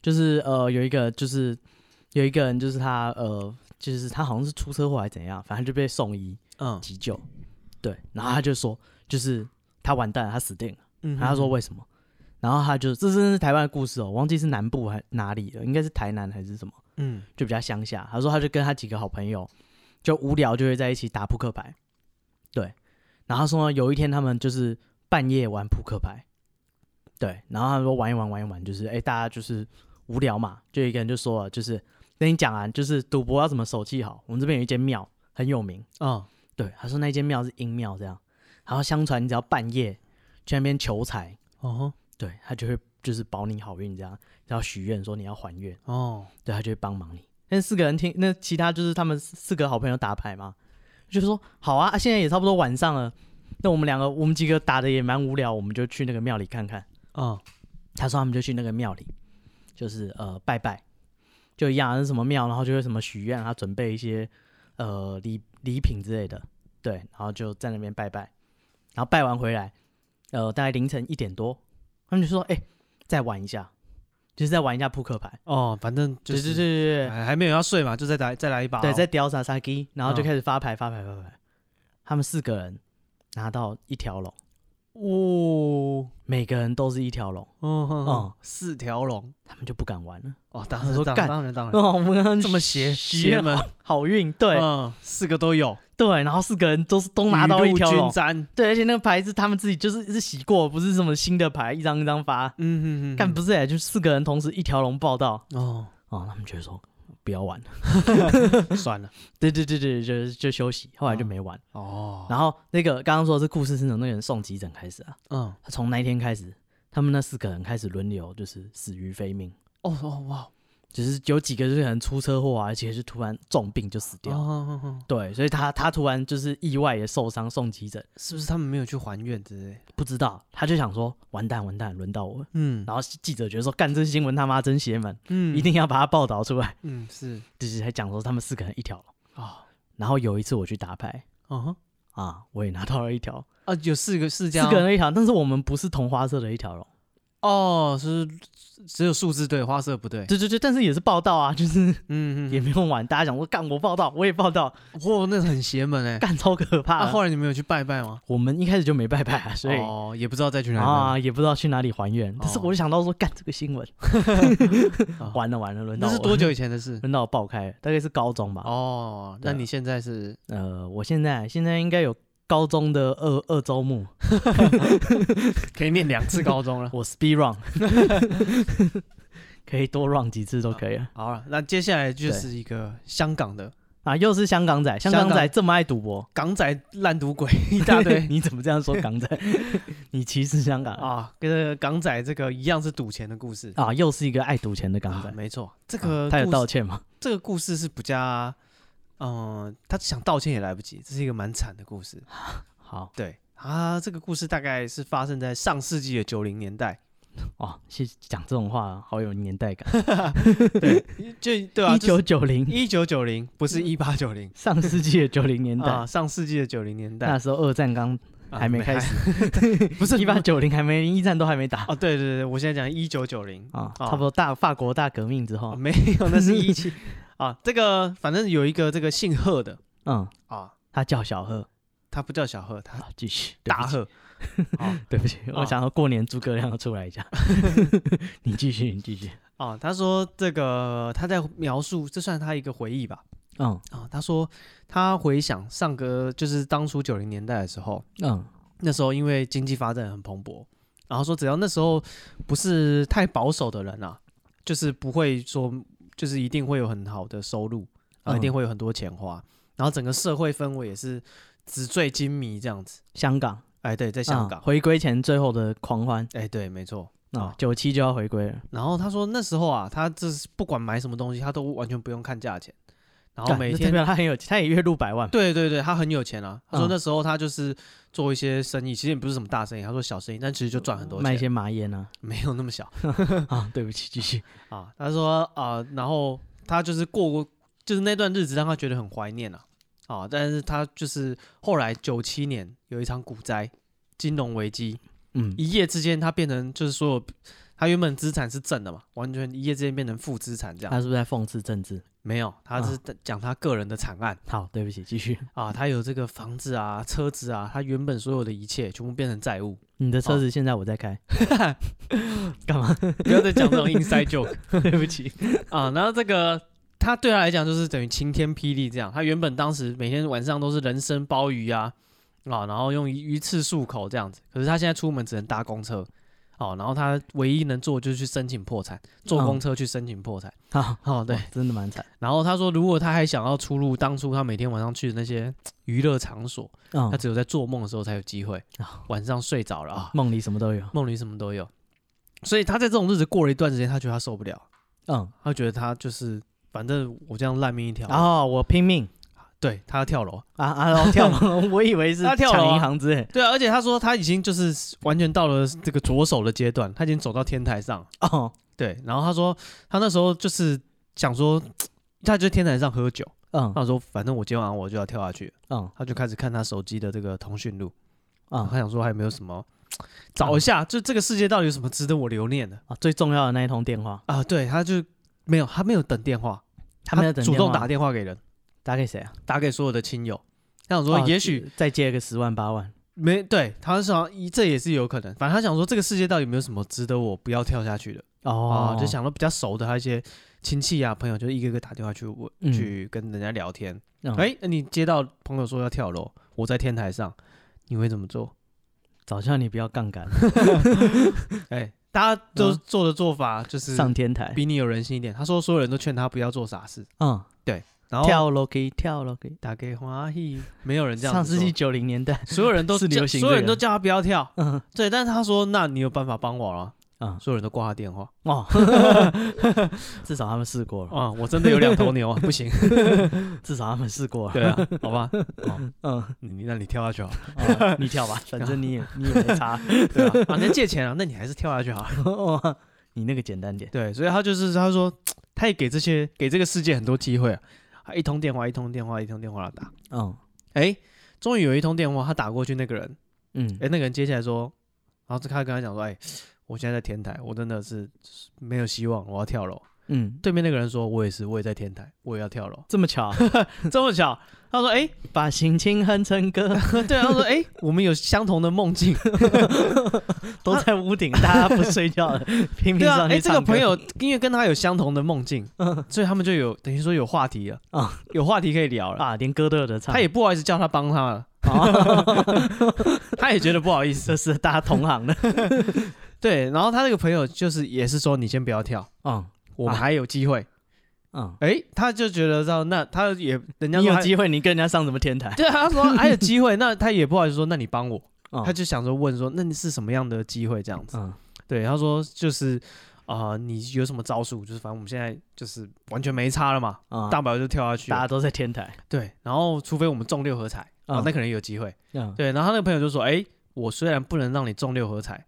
就是呃，有一个就是有一个人，就是他呃，就是他好像是出车祸还是怎样，反正就被送医嗯急救。对，然后他就说，就是他完蛋了，他死定了。嗯然后他说为什么？然后他就这真的是台湾的故事哦，我忘记是南部还哪里了，应该是台南还是什么。嗯就比较乡下。他说他就跟他几个好朋友就无聊就会在一起打扑克牌，对。然后他说呢哦有一天他们就是半夜玩扑克牌，对。然后他说玩一玩玩一玩，就是哎、大家就是无聊嘛，就有一个人就说了，就是跟你讲啊，就是赌博要怎么手气好。我们这边有一间庙很有名，啊对。他说那间庙是阴庙这样，然后相传你只要半夜去那边求财，哦对他就会就是保你好运这样，然后许愿说你要还愿。哦对他就会帮忙你。那四个人听，那其他就是他们四四个好朋友打牌嘛，就说好啊，啊现在也差不多晚上了，那我们两个我们几个打的也蛮无聊，我们就去那个庙里看看。啊他说他们就去那个庙里，就是呃拜拜，就一样那是什么庙，然后就会什么许愿，他啊准备一些呃礼礼品之类的，对，然后就在那边拜拜，然后拜完回来，呃大概凌晨一点多，他们就说哎、再玩一下，就是再玩一下扑克牌，哦，反正就对对对是对对，还还没有要睡嘛，就再来再来一把哦，对，在屌傻傻鸡，然后就嗯开始发牌发牌发牌。他们四个人拿到一条龙，哦，每个人都是一条龙，嗯哼哼嗯，四条龙他们就不敢 玩了。哦，当他然说当然干当然当然，哦，我们刚刚这么邪邪邪门，好运，对、嗯，四个都有，对，然后四个人都是都拿到一条雨露龙均，沾，对，而且那个牌是他们自己就是是洗过，不是什么新的牌，一张一张发。嗯哼哼，干不是哎、就四个人同时一条龙报道 哦，哦，他们觉得说不 要玩了，算了，对对对对，就就休息，后来就哦没玩。哦，然后那个刚刚说的是故事是从那个人送急诊开始啊，嗯，从那一天开始，他们那四个人开始轮流就是死于非命，哦哦哇，就是有几个就是可能出车祸啊，而且是突然重病就死掉。哦，哦对，所以他他突然就是意外也受伤送急诊，是不是他们没有去还愿之类？不知道他就想说完蛋完蛋轮到我了，嗯然后记者觉得说干这新闻他妈真邪门，嗯一定要把它报道出来，嗯是就是还讲说他们四个人一条龙。啊，然后有一次我去打牌嗯哼啊，我也拿到了一条，啊，有四个四四家个人一条，但是我们不是同花色的一条龙，哦，是只有数字对，花色不对，对对对，但是也是报道啊，就是嗯也嗯，没有玩，大家讲说干我报道，我也报道，哇，那很邪门哎。 干超可怕那的。后来你们有去拜拜吗？我们一开始就没拜拜啊，所以。哦，也不知道再去哪里拜。啊，也不知道去哪里还愿，哦但是我就想到说，干这个新闻， 完了完了，轮到那是我多？久以前的事？ 轮到我爆开了，大概是高中吧。哦，对那啊你现在是 呃，我现在现在应该有高中的二二周目，可以念两次高中 。了我 speed run，可以 多 run 几次都可以啊了。好了，那接下来就是一个香港的啊，又是香港仔，香香港仔港这么爱赌博，港仔烂赌鬼一大 堆你怎么这样说 港仔？你歧视香港啊？啊，跟这个港仔这个一样是赌钱的故事。啊，又是一个爱赌钱的港仔啊，。没错，这啊个他有故道事歉吗？这个故事是不加，嗯，他想道歉也来不及，这是一个蛮惨的故事。啊好对啊，这个故事大概是发生在上世纪的九零年 代，哦，谢谢讲这种话好有年代感。就对啊，一九九 零，一九九零不是一八九零上世纪的九零年代啊，，上世纪的九零年代那时候二战刚啊还没开始，不是一八九零还没一战都还没打哦，对对对，我现在讲一九九零啊，哦差不多大法国大革命之后，没有， 那是一七啊。这个反正有一个这个姓贺的嗯，啊，他叫小贺他不叫小贺，他啊，继续大，对不起贺。啊对不起，啊我想要过年诸葛亮要出来一下， 你继续，你继续，啊，他说这个他在描述，这算他一个回忆吧。嗯啊，他说他回想上个就是当初九零年代的时候，嗯那时候因为经济发展很蓬勃，然后说只要那时候不是太保守的人啊，就是不会说就是一定会有很好的收入，啊，嗯一定会有很多钱花，然后整个社会氛围也是纸醉金迷这样子。香港，哎，对，在香嗯港，回归前最后的狂欢哎，对，没错。啊啊，九七就要回归了，然后他说那时候啊，他这是不管买什么东西，他都完全不用看价钱，然后干哦每那天代表他很有，他也月入百万，对对对，他很有钱啊。他说嗯那时候他就是做一些生意，其实也不是什么大生意，他说小生意，但其实就赚很多卖一钱，些麻 烟啊没有那么小啊，对不起，继续，啊。他说啊、然后他就是过过，就是那段日子让他觉得很怀念啊啊。但是他就是后来九七年有一场股灾，金融危机， 嗯一夜之间他变成就是所有他原本资产是正的嘛，完全一夜之间变成负资产这样。他是不是在讽刺政治？没有，他是讲他个人的惨案。 好，对不起，继续，啊，他有这个房子啊、车子啊，他原本所有的一切全部变成债务。 你的车子现在我在开， 干嘛？ 不要再讲这种 inside joke 对不起， 啊。然后这个他对他来讲就是等于晴天霹雳这样。他原本当时每天晚上都是人参鲍鱼啊啊，然后用鱼鱼翅漱口这样子。可是他现在出门只能搭公车哦、然后他唯一能做就是去申请破产，坐公车去申请破产。好，哦，对哇。真的蛮惨，然后他说，如果他还想要出入当初他每天晚上去的那些娱乐场所，嗯他，只有在做梦的时候才有机会啊。晚上睡着了啊，梦里什么都有，梦里什么都有。所以他在这种日子过了一段时间，他觉得他受不了，嗯，他觉得他就是反正我这样烂命一条，然后啊我拼命对他要跳楼。啊啊，然后跳楼， 我以为是他跳楼啊抢银行之类，对啊，而且他说他已经就是完全到了这个左手的阶段，他已经走到天台上。哦，对，然后他说他那时候就是想说，他就天台上喝酒，嗯他说反正我今晚我就要跳下去，嗯他就开始看他手机的这个通讯录，嗯他想说还有没有什么，找一下，就这个世界到底有什么值得我留念的啊，最重要的那一通电话，啊？对，他就没有，他没有等电话，他没有等主动电话打电话给人，打给谁啊？打给所有的亲友，他想说哦也许再借个十万八万，没对，他是好像一这也是有可能。反正他想说这个世界到底有没有什么值得我不要跳下去的啊、哦，就想到比较熟的他一些亲戚啊朋友，就一个个打电话去问、嗯去跟人家聊天。嗯哎、那你接到朋友说要跳楼，我在天台上，你会怎么做？早叫你不要杠杆，哎、大家都嗯做的做法就是上天台，比你有人性一点。他说所有人都劝他不要做傻事，嗯，然后跳楼可以跳楼可以，打给花艺，没有人这样上子世纪说九零年代，所有人都是流叫行所有这人个都叫他不要跳，嗯对，但是他说那你有办法帮我了、嗯所有人都挂他电话哦， 至少他们试过了，啊、我真的有两头牛 啊，不行，至少他们试过了，对啊， 好吧，哦、嗯，你那你跳下去 好了，哦你跳吧， 反正你也你也没 差，对啊，啊，你借钱啊，那你还是跳下去好了，哦你那个简单点，对，所以他就是他说他也给这些给这个世界很多机会啊，他一通电话一通电话一通电话的打，嗯哎，终于有一通电话，他打过去那个人，嗯哎，那个人接起来说，然后他跟他讲说，哎，我现在在天台，我真的是没有希望，我要跳楼。嗯，对面那个人说：“我也是，我也在天台，我也要跳楼。 这么巧，” 这么巧，他说：“哎、把心情哼成歌， 对啊，他说：哎、我们有相同的梦境。都在屋顶，大家不睡觉 了，拼命 对啊，上哎、去这唱个歌。朋友因为跟他有相同的梦境， 嗯所以他们就有等于说有话题了啊 有话题可以聊了。啊，连歌都有得唱，哦他也不好意思叫他帮他 了，他也觉得不好意思。这是大家同行的， 对，然后他那个朋友就是也是说：你先不要跳，嗯我们还有机会。嗯，哎、他就觉得到那他也人家你说有还机会你跟人家上什么天 台？对啊，他说还有机会，那 他也不好意思说：那你帮我。嗯他就想着问说：那你是什么样的机会这样子？嗯对，他说就是啊、你有什么招数？就是反正我们现在就是完全没差了嘛，啊，大不了就跳下去大了。家都在天台，对，然后除非我们中六合彩啊、嗯那可能有机会。嗯，对，然后他那个朋友就说：“哎、我虽然不能让你中六合彩，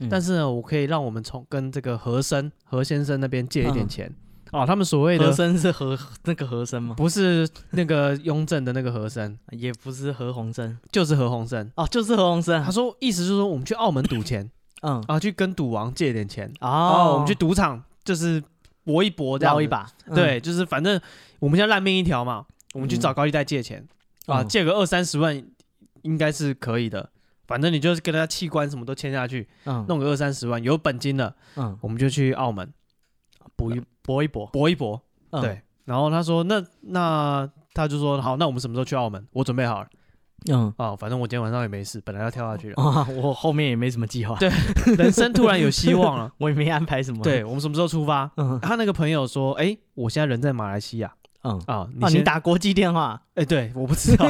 嗯但是呢，我可以让我们从跟这个和生何先生那边借一点嗯钱。哦，他们所谓和的声是和那个和声吗？不是那个雍正的那个和珅，也不是和鸿生就是何鸿燊。哦，就是和鸿生他。说，意思就是说，我们去澳门赌钱嗯啊，去跟赌王借点钱，哦哦，我们去赌场就是搏一搏，这样捞一子把，嗯对，就是反正我们现在烂命一条嘛，我们去找高利贷借钱、啊，嗯借个二三十万应该是可以的。反正你就是跟他器官什么都签下去，嗯弄个二三十万，有本金了，嗯我们就去澳门搏一搏一搏，搏一搏。嗯对，然后他说那那他就说好，那我们什么时候去澳门？我准备好了 嗯啊，反正我今天晚上也没事，本来要跳下去 了，啊，我后面也没什么计划，对人生突然有希望 了。我也没安排什么。对，我们什么时候出发？嗯他那个朋友说，哎、我现在人在马来西亚嗯，啊，你啊，先你，打国际电话，哎、对，我不知 道，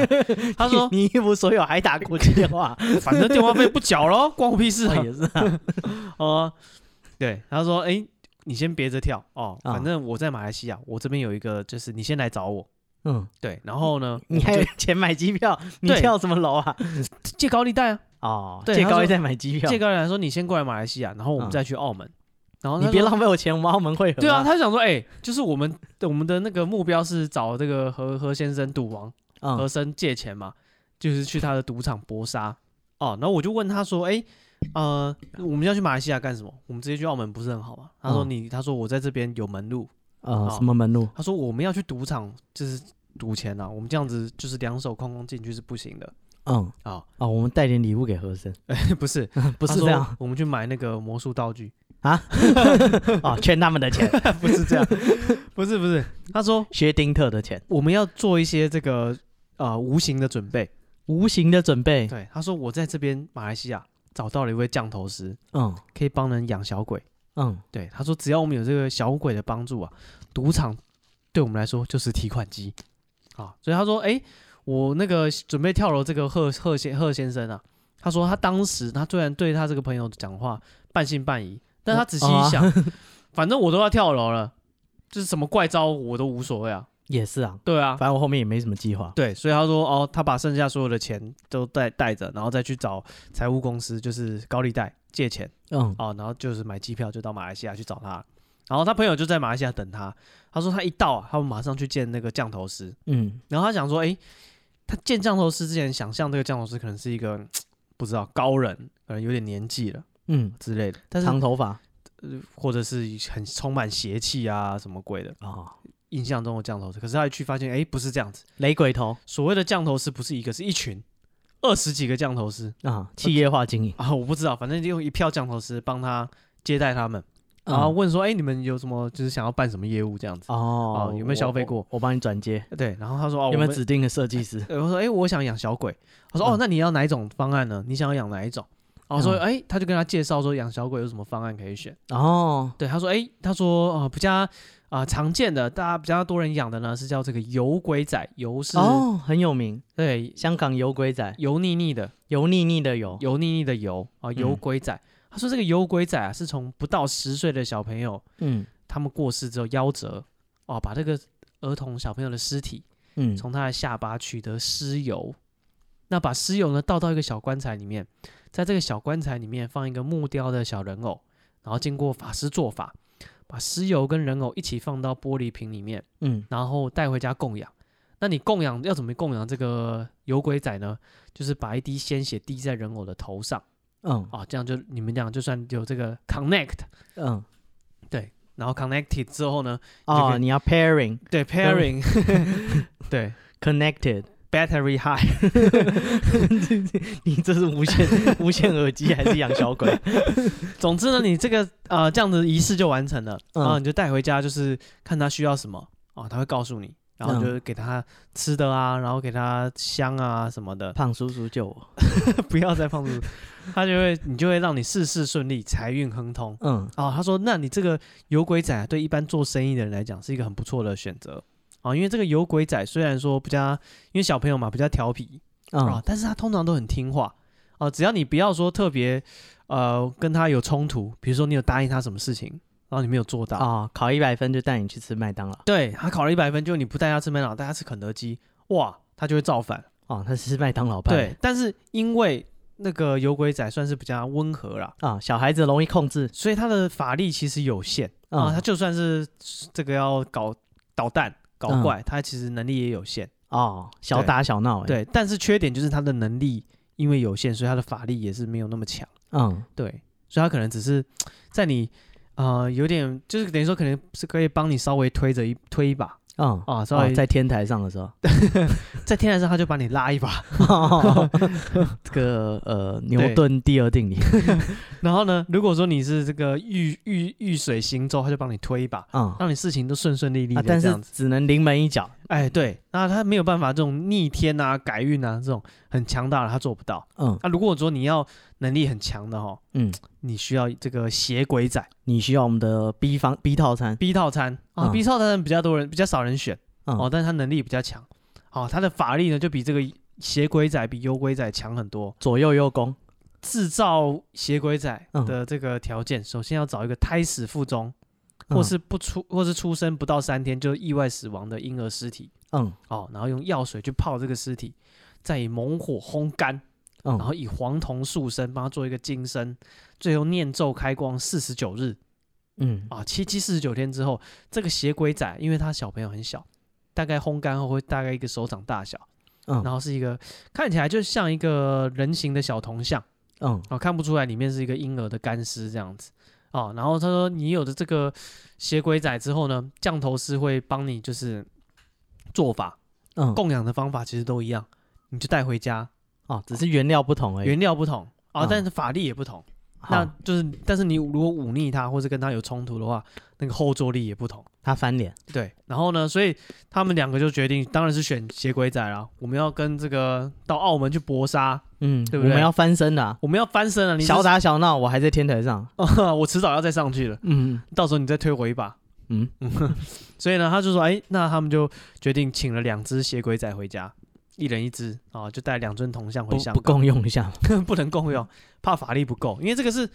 他说你一无所有还打国际电话，反正电话费不缴咯，关我屁事啊哦！ 也是啊， 哦、对，他说，哎、你先别着跳哦，啊反正我在马来西亚，我这边有一个，就是你先来找我，嗯，对，然后呢，你还有钱买机票，你对跳什么楼啊？借高利贷啊，哦，对借他高说利贷买机票，借高利贷说你先过来马来西亚，然后我们嗯再去澳门，然后他你别说浪费我钱，我们澳门会合。对啊，，他想说，哎、就是我们我们的那个目标是找这个何何先生赌王和嗯珅借钱嘛，就是去他的赌场搏杀哦。然后我就问他说：“哎、呃，我们要去马来西亚干什么？我们直接去澳门不是很好吗？”他说嗯你：“他说我在这边有门路。啊，什么门路？”他说：“我们要去赌场就是赌钱啊，我们这样子就是两手空空进去是不行的 嗯，啊、哦，我们带点礼物给和 珅，不是，嗯不他是说这样，我们去买那个魔术道具， 哦，圈他们的 钱，不是这样，不是不是。”他说薛丁特的钱，：“我们要做一些这个呃无形的准备。无形的准”备，对，他说：“我在这边马来西亚找到了一位降头师，嗯可以帮人养小鬼。”嗯，对，他说只要我们有这个小鬼的帮助啊，赌场对我们来说就是提款机啊。所以他说，哎、我那个准备跳楼这个贺贺先贺先生啊，他说他当时他虽然对他这个朋友讲话半信半疑，但他仔细一想， 反正我都要跳楼了，就是什么怪招我都无所谓啊。也是啊，对啊反，正我后面也没什么计划，对，所以他说哦，他把剩下所有的钱都带带着，然后再去找财务公司，就是高利贷借钱。嗯哦，然后就是买机票就到马来西亚去找他，然后他朋友就在马来西亚等他。他说他一到、啊，他们马上去见那个降头师。嗯然后他想说，诶，他见降头师之前，想象这个降头师可能是一个不知道高人，可能有点年纪了嗯，之类的，但是长头发或者是很充满邪气啊什么鬼的哦，印象中的降头师。可是他一去发现，诶，不是这样子。雷鬼头所谓的降头师不是一个，是一群二十几个降头师啊，企业化经营啊，我不知道，反正就用一票降头师帮他接待他们，然后嗯问说，哎、你们有什么就是想要办什么业务这样子？哦哦，有没有消费过我我我帮你转接，对，然后他说，哦，有没我有们指定的设计师？对，我说，哎、我想养小鬼。他说，哦嗯，那你要哪一种方案呢？你想要养哪一种？然后说，嗯哎、他就跟他介绍说养小鬼有什么方案可以选。哦，对，他说，哎、他说，啊、比较啊、常见的，大家比较多人养的呢是叫这个油鬼仔，油是、哦，很有名，对香港油鬼仔，油腻腻的油腻腻的油，油腻腻的油啊，油嗯鬼仔。他说这个油鬼仔啊，是从不到十岁的小朋友嗯他们过世之后夭折，哦，把这个儿童小朋友的尸体嗯，从他的下巴取得尸油，那把尸油呢倒到一个小棺材里面，在这个小棺材里面放一个木雕的小人偶，然后经过法师做法，把尸油跟人偶一起放到玻璃瓶里面，嗯然后带回家供养。那你供养要怎么供养这个油鬼仔呢？就是把一滴鲜血滴在人偶的头上嗯啊，这样就你们讲就算有这个 connect，嗯，然后 connected 之后呢，哦，以你要 pairing 对 pairing，对 connected， battery high， 你这是无线无线耳机还是养小鬼？总之呢，你这个呃这样的仪式就完成了，嗯然后你就带回家，就是看他需要什么哦，他会告诉你，然后你就给他吃的啊，然后给他香啊什么的， 胖叔叔救我， 不要再放入，他就会你就会让你事事顺利，财运亨通。嗯哦，他说，那你这个油鬼仔啊对一般做生意的人来讲是一个很不错的选择啊、哦，因为这个油鬼仔虽然说比较，因为小朋友嘛比较调皮，啊、嗯但是他通常都很听话哦、只要你不要说特别呃跟他有冲突，比如说你有答应他什么事情，然后你没有做到，哦，考一百分就带你去吃麦当劳，对他考了一百分，就你不带他吃麦当劳，带他吃肯德基，哇，他就会造反。哦，他是麦当劳派对，但是因为那个油鬼仔算是比较温和啦，啊，小孩子容易控制所以他的法力其实有限啊、啊他，就算是这个要搞捣蛋。搞怪，他其实能力也有限，哦，小打小闹，，嗯对。但是缺点就是他的能力因为有限，所以他的法力也是没有那么强。嗯对，所以他可能只是在你呃有点就是等于说可能是可以帮你稍微推着一推一把嗯。啊，稍哦微，在、在天台上的时 候，在天台上他就把你拉一把，这个呃牛对顿第二定理，然后呢，如果说你是这个遇遇遇水行舟，他就帮你推一把。嗯，让你事情都顺顺利利的啊，但这是样子，只能临门一脚，哎，对，那他没有办法这种逆天啊、改运啊这种很强大的，他做不到。嗯那、如果说你要能力很强的哈，嗯，你需要这个邪鬼仔你需要我们的 B 方 B 套餐， B 套餐啊、嗯 b 套餐比较多人，比较少人选。嗯哦，但是他能力比较强，哦，他的法力呢就比这个邪鬼仔比幽鬼仔强很多。左右右攻，制造邪鬼仔嗯的这个条件，首先要找一个胎死腹中，或嗯是不出，或是出生不到三天就意外死亡的婴儿尸体，嗯哦，然后用药水去泡这个尸体，再以猛火烘干，嗯，然后以黄铜塑身帮他做一个金身，最后念咒开光四十九日，嗯啊，七七四十九天之后，这个邪鬼仔，因为他小朋友很小，大概烘干后会大概一个手掌大小，嗯然后是一个看起来就像一个人形的小铜像，嗯啊，看不出来里面是一个婴儿的干尸这样子，啊，然后他说你有的这个邪鬼仔之后呢，降头师会帮你就是做法嗯，供养的方法其实都一样，你就带回家，哦，只是原料不同而已。原料不同啊，嗯但是法力也不同，好那就是但是你如果忤逆他或者跟他有冲突的话，那个后坐力也不同。他翻脸，对，然后呢，所以他们两个就决定，当然是选邪鬼仔啦。我们要跟这个到澳门去搏杀，嗯，对不我对们要翻身了啊，我们要翻身了。你小打，打小闹，我还在天台上， 我迟早要再上去了，嗯到时候你再推我一把。嗯所以呢，他就说，哎，那他们就决定请了两只邪鬼仔回家，一人一只啊，就带两尊铜像不回香哦不港，共用一下吗？ 不不能共用，怕法力不够，因为这个是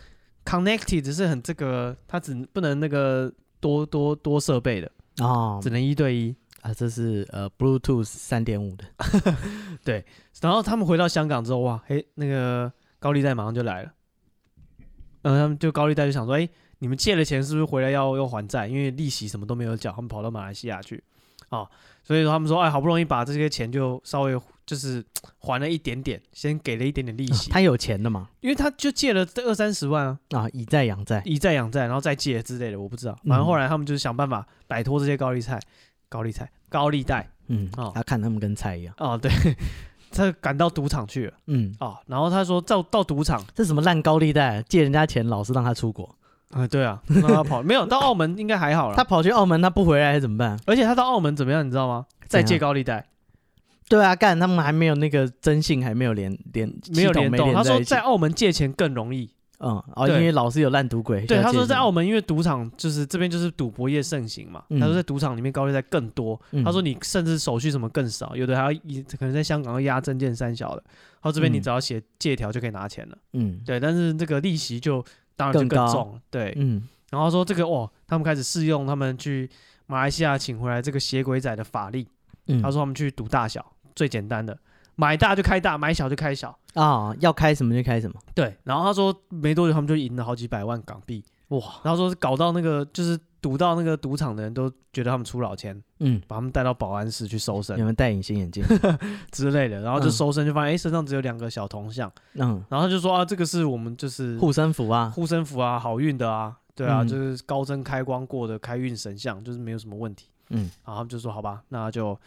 connected，只是很这个，它只不能那个多多多设备的，哦只能一对一。啊，这是呃 Bluetooth 三点五的，然后他们回到香港之后，哇，嘿，那个高利贷马上就来了。然后他们就高利贷就想说，哎，你们借了钱是不是回来要要还债？因为利息什么都没有缴，他们跑到马来西亚去，哦，所以说他们说，哎，好不容易把这些钱就稍微就是嘖还了一点点，先给了一点点利啊息，他有钱的嘛，因为他就借了二三十万啊，啊，以债养债，以债养债，然后再借之类的，我不知道。反正嗯后来他们就是想办法摆脱这些高利贷、高利贷、高利贷嗯哦，他看他们跟菜一样，哦，对， 他赶到赌场去了嗯，啊，然后他说到到赌场，这什么烂高利贷，啊借人家钱，老是让他出国，啊、对啊，让他跑没有到澳门应该还好啦。他跑去澳门，他不回来怎么办？而且他到澳门怎么样，你知道吗？再怎样借高利贷，对啊，干他们还没有那个征信，还没有连连没有系统联没动。他在说一起在澳门借钱更容易。嗯哦，因对为老是有烂赌鬼。对，需要他说借在钱澳门，因为赌场就是这边就是赌博业盛行嘛。嗯他说在赌场里面高利贷更多。嗯他说你甚至手续什么更少，有的还要一可能在香港要押证件三小的。他说这边你嗯只要写借条就可以拿钱了。嗯对，但是这个利息就当然就更更高重了。对，嗯然后他说这个哦，他们开始试用他们去马来西亚请回来这个邪鬼仔的法力。嗯，他说他们去赌大小，最简单的，买大就开大，买小就开小。啊、要开什么就开什么，对，然后他说没多久他们就赢了好几百万港币，哇，然后说是搞到那个就是赌到那个赌场的人都觉得他们出老千，嗯，把他们带到保安室去搜有身没有戴隐 形眼镜？之类的，然后就嗯搜身就发现哎、诶身上只有两个小铜像，嗯，然后他就说啊这个是我们就是护身符啊，护身符啊好运的啊，对啊、嗯就是高僧开光过的开运神像，就是没有什么问题。嗯，然后他们就说好吧，那就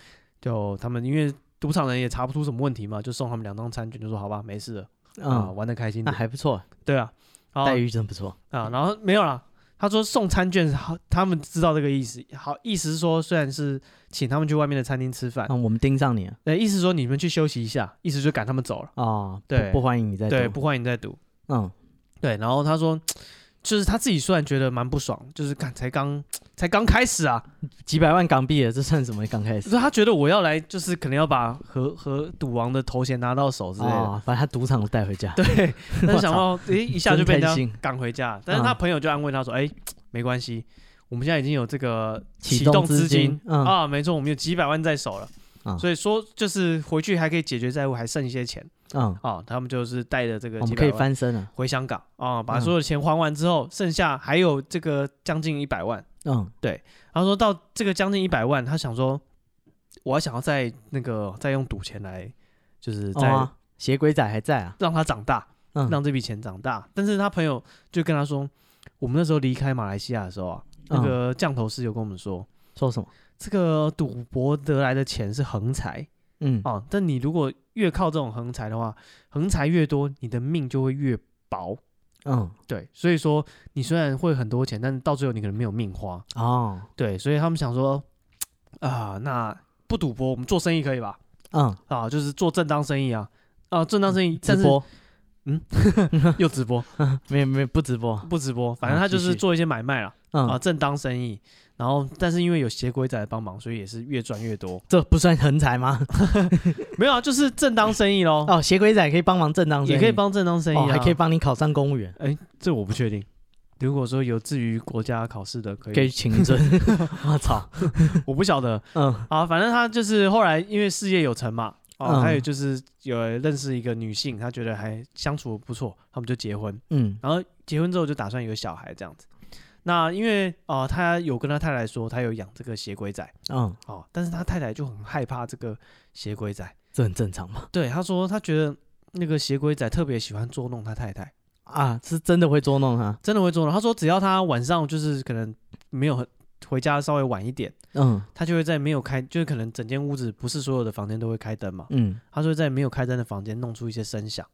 就他们因为赌场人也查不出什么问题嘛，就送他们两张餐券，就说好吧，没事了、啊，嗯，玩的开心那点。还不错，对啊，然后待遇真不错。啊，然后没有啦。他说送餐券，好，他们知道这个意思，好意思是说虽然是请他们去外面的餐厅吃饭那、，我们盯上你了呃、意思是说你们去休息一下，意思就赶他们走了，哦，不对不欢迎你再对，多不欢迎再赌。嗯对，然后他说，就是他自己虽然觉得蛮不爽，就是刚才刚才刚开始啊，几百万港币了，这算什么？刚 开始就是他觉得我要来，就是可能要把和和赌王的头衔拿到手之类的。哦，把他赌场带回家。 对，但是想我到诶、一下就被人真开心嗯家赶回家，但是他朋友就安慰他说：“哎、没关系，我们现在已经有这个启启动动资资金金嗯啊，没错，我们有几百万在手了，嗯所以说就是回去还可以解决债务，还剩一些钱嗯，啊。他们就是带着这个我几们百可以万翻身了。回香港啊，把嗯所有的钱还完之后，剩下还有这个将近一百万。嗯然后说到这个将近一百万，他想说，我还想要再那个再用赌钱来，就是哦再啊邪鬼仔还在啊。让他长大。嗯，让这笔钱长大。但是他朋友就跟他说，我们那时候离开马来西亚的时候啊，嗯那个降头师有跟我们说，说什么？这个赌博得来的钱是横财嗯，啊，但你如果越靠这种横财的话，横财越多，你的命就会越薄。嗯对，所以说你虽然会很多钱，但是到最后你可能没有命花。哦对，所以他们想说，啊、那不赌博，我们做生意可以吧？嗯，啊，就是做正当生意啊，啊，正当生意，直但是嗯播 又直播，没有没有不直播。不直播，反正他就啊继是续做一些买卖啦。嗯，。啊，正当生意。然后，但是因为有邪鬼仔的帮忙，所以也是越赚越多这不算横财吗？没有啊，就是正当生意喽， 哦，邪鬼仔可以帮忙正当生意，也可以帮正当生意、啊哦，还可以。帮你考上公务员，哎，这我不确定。如果说有志于国家考试的，可以，可以 请尊。我操，我不晓得嗯啊。反正他就是后来因为事业有成嘛，啊，嗯还有就是有认识一个女性，他觉得还相处不错，他们就结婚。嗯然后结婚之后就打算有小孩这样子。那因为啊、他有跟他太太说，他有养这个邪鬼仔嗯，哦，但是他太太就很害怕这个邪鬼仔。这很正常嘛。对，他说他觉得那个邪鬼仔特别喜欢捉弄他太太，啊，是真的会捉弄他。真的会捉弄。他说只要他晚上就是可能没有很回家稍微晚一点，嗯他就会在没有开，就是可能整间屋子不是所有的房间都会开灯嘛，嗯，他就会在没有开灯的房间弄出一些声响，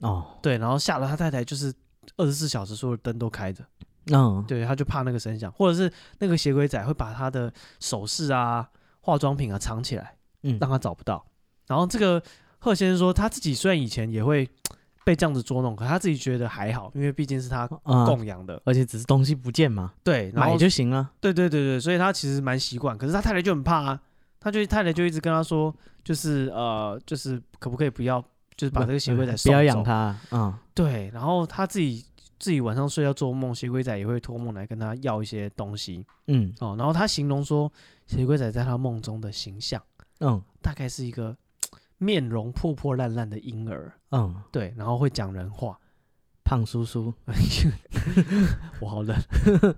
哦，对，然后吓得他太太就是二十四小时所有灯都开着，嗯，对，他就怕那个声响，或者是那个邪鬼仔会把他的首饰啊、化妆品啊藏起来，嗯让他找不到。然后这个贺先生说，他自己虽然以前也会被这样子捉弄，可他自己觉得还好，因为毕竟是他啊，供养的，而且只是东西不见嘛，对，然买后就行了。对对对对，所以他其实蛮习惯。可是他太太就很怕啊，他就太太就一直跟他说，就是呃，就是可不可以不要，就是把这个邪鬼仔嗯不要送养走它啊。对，然后他自己自己晚上睡觉做梦，邪鬼仔也会托梦来跟他要一些东西。嗯哦，然后他形容说，邪鬼仔在他梦中的形象嗯大概是一个面容破破烂烂的婴儿，嗯，对，然后会讲人话。胖叔叔，我好冷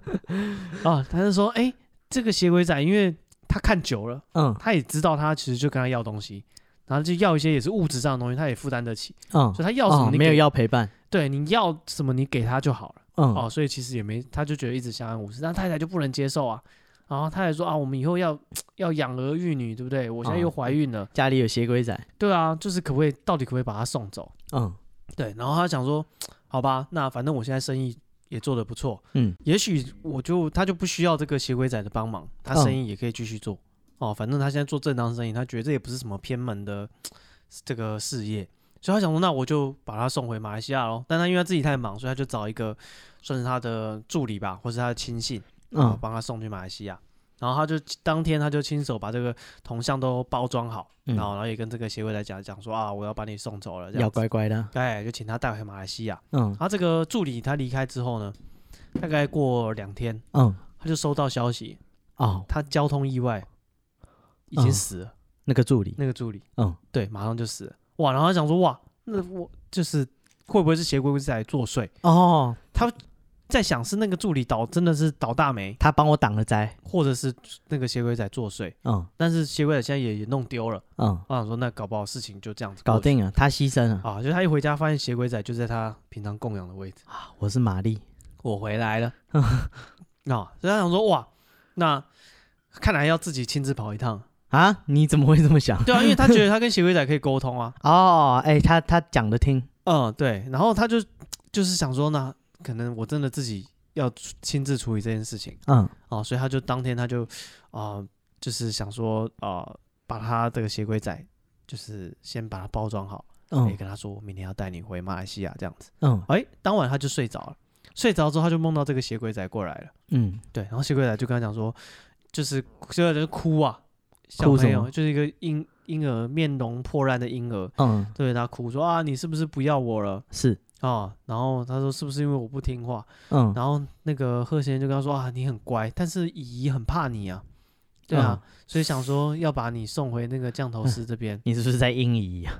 啊！他就说，哎、这个邪鬼仔，因为他看久了，嗯他也知道他其实就跟他要东西，然后就要一些也是物质上的东西，他也负担得起，嗯所以他，要什么哦，你没有给，要陪伴。对，你要什么你给他就好了。哦嗯哦，所以其实也没，他就觉得一直相安无事，但太太就不能接受啊。然后他还说啊，我们以后要要养儿育女，对不对？我现在又哦怀孕了，家里有鞋柜仔，对啊，就是可不可以，到底可不可以把她送走？嗯对，然后他想说，好吧，那反正我现在生意也做得不错，嗯，也许我就他就不需要这个鞋柜仔的帮忙，他嗯生意也可以继续做、哦。反正他现在做正当生意，他觉得这也不是什么偏门的这个事业，所以他想说，那我就把他送回马来西亚喽。但他因为他自己太忙，所以他就找一个算是他的助理吧，或是他的亲信，然后嗯帮他送去马来西亚。然后他就当天他就亲手把这个铜像都包装好，嗯然后然后也跟这个协会来讲讲说啊，我要把你送走了，这要样子，乖乖的啊，哎，就请他带回马来西亚。嗯他这个助理他离开之后呢，大概过两天，嗯他就收到消息，哦，他交通意外已经嗯死了，那个助理，那个助理，嗯，对，马上就死了。哇，然后他想说，哇，那我就是会不会是邪鬼在作祟？哦，在想是那个助理倒真的是倒大霉，他帮我挡了灾，或者是那个邪鬼仔作祟。嗯但是邪鬼仔现在也也弄丢了，嗯，我想说那搞不好事情就这样子过搞去定了，他牺牲了，啊！就他一回家发现邪鬼仔就在他平常供养的位置。我是玛丽，我回来了。那、所以他想说，哇，那看来要自己亲自跑一趟。啊，你怎么会这么想？对啊，因为他觉得他跟邪鬼仔可以沟通啊。哦，哎、他他讲的听，嗯，对。然后他就就是想说呢，可能我真的自己要出亲自处理这件事情嗯哦、所以他就当天他就啊、就是想说啊、把他这个邪鬼仔就是先把它包装好，也、嗯跟他说我明天要带你回马来西亚这样子。嗯哎，当晚他就睡着了，睡着之后他就梦到这个邪鬼仔过来了。嗯，对，然后谢柜仔就跟他讲说，就是谢柜仔就哭啊，小哭什朋友么就是一个婴婴儿面容破烂的婴儿，嗯，对他哭说啊，你是不是不要我了是，啊？然后他说是不是因为我不听话？嗯，然后那个贺先生就跟他说啊，你很乖，但是姨姨很怕你啊，对啊，嗯所以想说要把你送回那个降头师这边。你是不是在阴疑啊？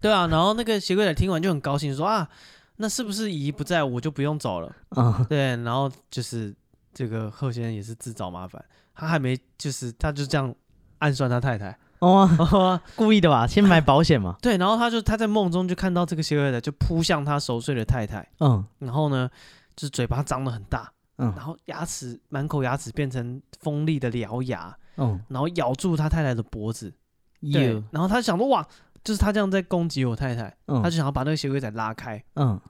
对啊，然后那个鞋柜仔听完就很高兴说啊，那是不是姨姨不在我就不用走了？ 嗯对，然后就是这个贺先生也是自找麻烦，他还没就是他就这样暗算他太 太，哦，故意的吧？先买保险嘛，对，然后他就他在梦中就看到这个邪恶的就扑向他熟睡的太太，嗯然后呢就是嘴巴张得很大，嗯然后牙齿满口牙齿变成锋利的獠牙，嗯，然后咬住他太太的脖子，对有，然后他想说哇，就是他这样在攻击我太太，嗯他就想要把那个邪鬼仔拉开，嗯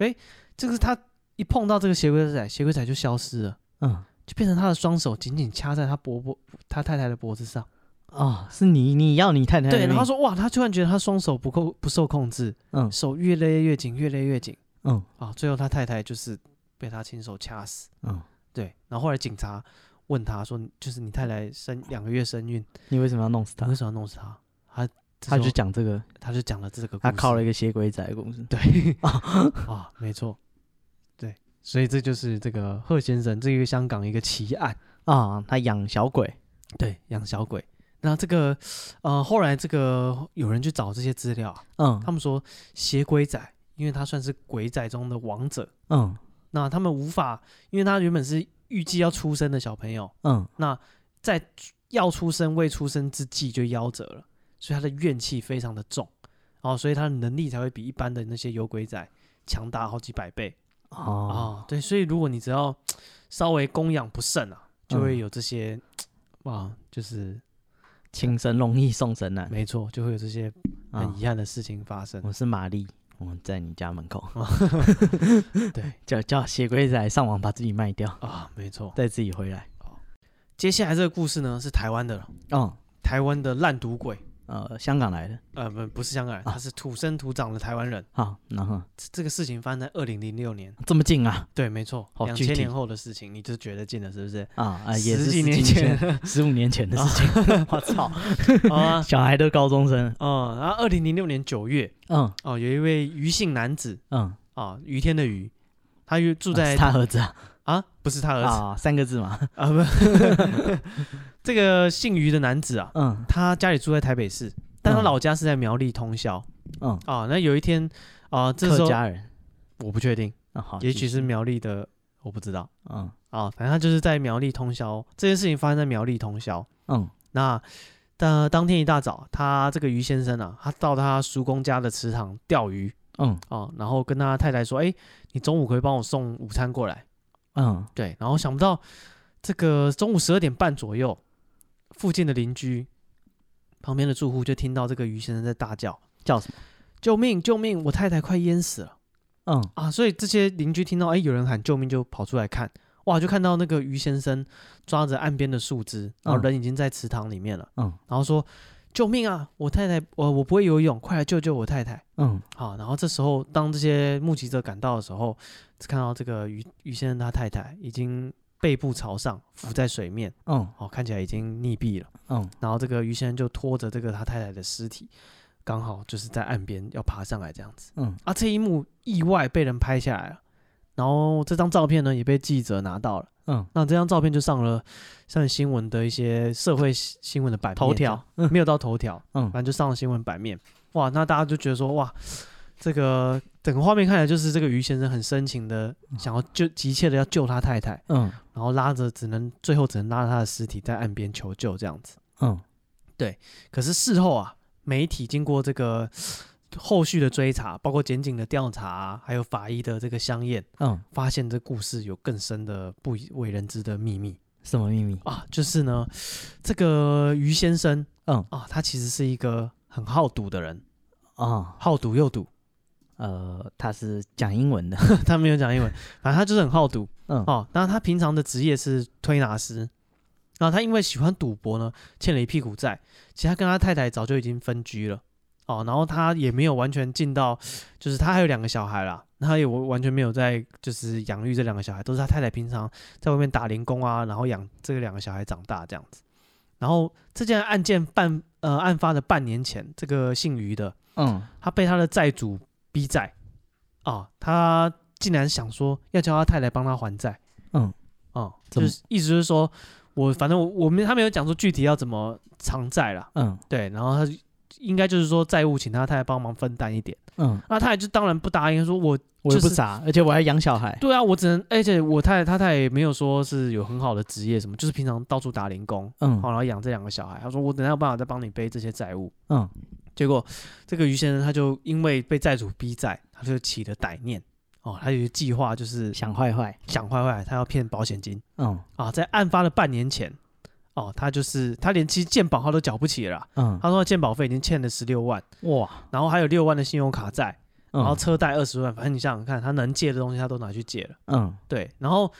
这个他一碰到这个邪鬼仔，邪鬼仔就消失了。嗯，就变成他的双手紧紧掐在他脖脖他太太的脖子上。哦，是你，你要你太太的对，然后他命说哇，他突然觉得他双手不够不受控制，嗯手越勒越紧，越勒越紧嗯啊！最后他太太就是被他亲手掐死。嗯，对，然后后来警察问他说，就是你太太生两个月生孕，你为什么要弄死你他为？什么要弄死她？他他就讲讲这个，他就讲了这个故事，他靠了一个邪鬼仔的故事， 对啊，没错，对，所以这就是这个贺先生，这个香港一个奇案。啊，他养小鬼，对，养小鬼。那这个，呃，后来这个有人去找这些资料啊，嗯他们说邪鬼仔，因为他算是鬼仔中的王者，嗯那他们无法，因为他原本是预计要出生的小朋友，嗯那在要出生未出生之际就夭折了，所以他的怨气非常的重，哦，所以他的能力才会比一般的那些有鬼仔强大好几百倍啊、哦，哦对，所以如果你只要稍微供养不慎啊，就会嗯有这些，啊，就是。情神容易送神难没错，就会有这些啊很。遗憾的事情发生。我是玛丽，我在你家门口， 对叫叫邪鬼仔上网把自己卖掉，啊，没错。再自己回来。接下来这个故事呢，是台湾的了，哦，台湾的烂赌鬼，呃，香港来的，呃，不，不是香港人，他是土生土长的台湾人。好，然后这这个事情发生在二零零六年，这么近啊对，没错，好两具千体年后的事情，你就觉得近了，是不是？啊啊，也十是几年年前，十五年前的事 情。我操，好 啊，小孩都高中生了，嗯，然后二零零六年九月，嗯哦，有一位余姓男子嗯，啊，于天的于，他约住在是他儿子啊，啊，不是他儿子啊，三个字嘛，啊，不， 这个姓于的男子啊，嗯他家里住在台北市，但他嗯老家是在苗栗通宵。嗯，啊，那有一天啊、这时客候家人，我不确定，啊好，也继许续是苗栗的，我不知道嗯啊。反正他就是在苗栗通宵，这件事情发生在苗栗通宵。嗯那当当天一大早，他这个于先生啊，他到他叔公家的池塘钓鱼嗯啊，然后跟他太太说：“哎、你中午可不可以帮我送午餐过来嗯，？”对，然后想不到这个中午十二点半左右，附近的邻居旁边的住户就听到这个于先生在大叫叫什么？：“救命！救命！我太太快淹死了嗯，啊！”所以这些邻居听到哎有人喊救命，就跑出来看，哇，就看到那个于先生抓着岸边的树枝，然后嗯人已经在池塘里面了，嗯然后说：“救命啊！我太太，我我不会游泳，快来救救我太太！”嗯好，然后这时候当这些目击者赶到的时候，只看到这个于于先生他太太已经背部朝上浮在水面，嗯哦，看起来已经溺毙了。嗯然后这个于先生就拖着这个他太太的尸体，刚好就是在岸边要爬上来这样子。嗯啊，这一幕意外被人拍下来了，然后这张照片呢也被记者拿到了。嗯，那这张照片就上了上新闻的一些社会新新闻的版面头条，这样没有到头条， 嗯反正就上了新闻版面。哇，那大家就觉得说，哇，这个整个画面看起来就是这个于先生很深情的想要救，急切的要救他太太，嗯然后拉着只能最后只能拉着他的尸体在岸边求救这样子。嗯可是事后啊，媒体经过这个后续的追查，包括检警的调查啊、还有法医的这个相验，嗯，发现这故事有更深的不以为人知的秘密。什么秘密？啊，就是呢，这个于先生，嗯啊，他其实是一个很好赌的人，啊、好赌又赌， 呃，他是讲英 文的，他没有讲英文，反正他就是很好赌嗯哦。那他平常的职业是推拿师，然后他因为喜欢赌博呢，欠了一屁股债，其实他跟他太太早就已经分居了。哦，然后他也没有完全尽到，就是他还有两个小孩啦，那他也完完全没有在就是养育这两个小孩，都是他太太平常在外面打零工啊，然后养这两个小孩长大这样子。然后这件案件办呃案发的半年前，这个姓于的嗯他被他的债主逼债哦啊，他竟然想说要叫他太太帮他还债嗯啊，就怎么是意思就是说我反正我我们他没有讲说具体要怎么偿债啦，嗯对，然后他就应该就是说债务请他太太帮忙分担一点，嗯，那太太就当然不答应，说我我又就不是傻，而且我还养小孩，对啊，我只能，而且我太太他太太也没有说是有很好的职业什么，就是平常到处打零工，哦嗯好，然后养这两个小孩，他说我等下有办法再帮你背这些债务，嗯结果这个于先生他就因为被债主逼债，他就起了歹念哦，他有一个计划就是想坏坏，想坏坏，他要骗保险金嗯啊，在案发的半年前哦，他就是他连其实健保他都缴不起了啦，嗯，他说他健保费已经欠了十六万，哇，然后还有六万的信用卡债，然后嗯车贷二十万，反正你想想看，他能借的东西他都拿去借了，嗯，对，然后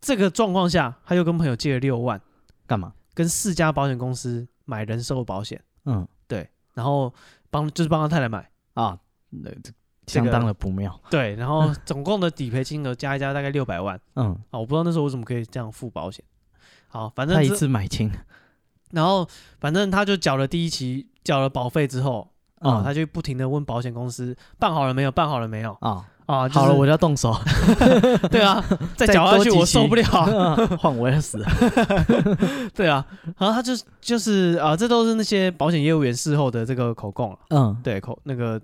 这个状况下他又跟朋友借了六万，干嘛？跟四家保险公司买人寿保险，嗯然后帮就是帮他太太买。啊，那这这相个当的不妙，对，然后总共的理赔金额加一加大概六百万嗯，啊，我不知道那时候我怎么可以这样付保险。好，反他正一这次买 清，然后反正他就缴了第一期，缴了保费之后啊，嗯他就不停的问保险公司办好了没有，办好了没有啊，啊，就是好了，我就要动手，对 啊，再再缴下多去几我期受不了 啊， 换我要死，对啊，然后他就就是啊，这都是那些保险业务员事后的这个口供了，嗯，对口那个。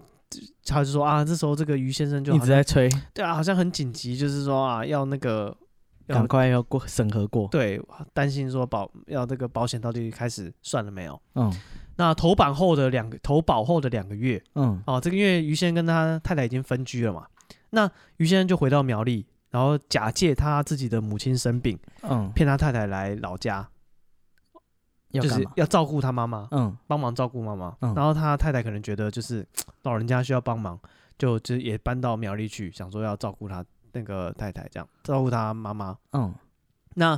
他就说啊，这时候这个于先生就一好直像在吹，对啊，好像很紧急，就是说啊，要那个要赶快要过审核过，对，担心说保要这个保险到底开始算了没有？嗯那投保后的两个投保后的两个月嗯哦，这个月于先生跟他太太已经分居了嘛，那于先生就回到苗栗，然后假借他自己的母亲生病，嗯，骗他太太来老家，要就干是嘛？要照顾他妈妈，嗯帮忙照顾妈妈。嗯然后他太太可能觉得就是老人家需要帮忙，就就也搬到苗栗去，想说要照顾他那个太太，这样照顾他妈妈。嗯那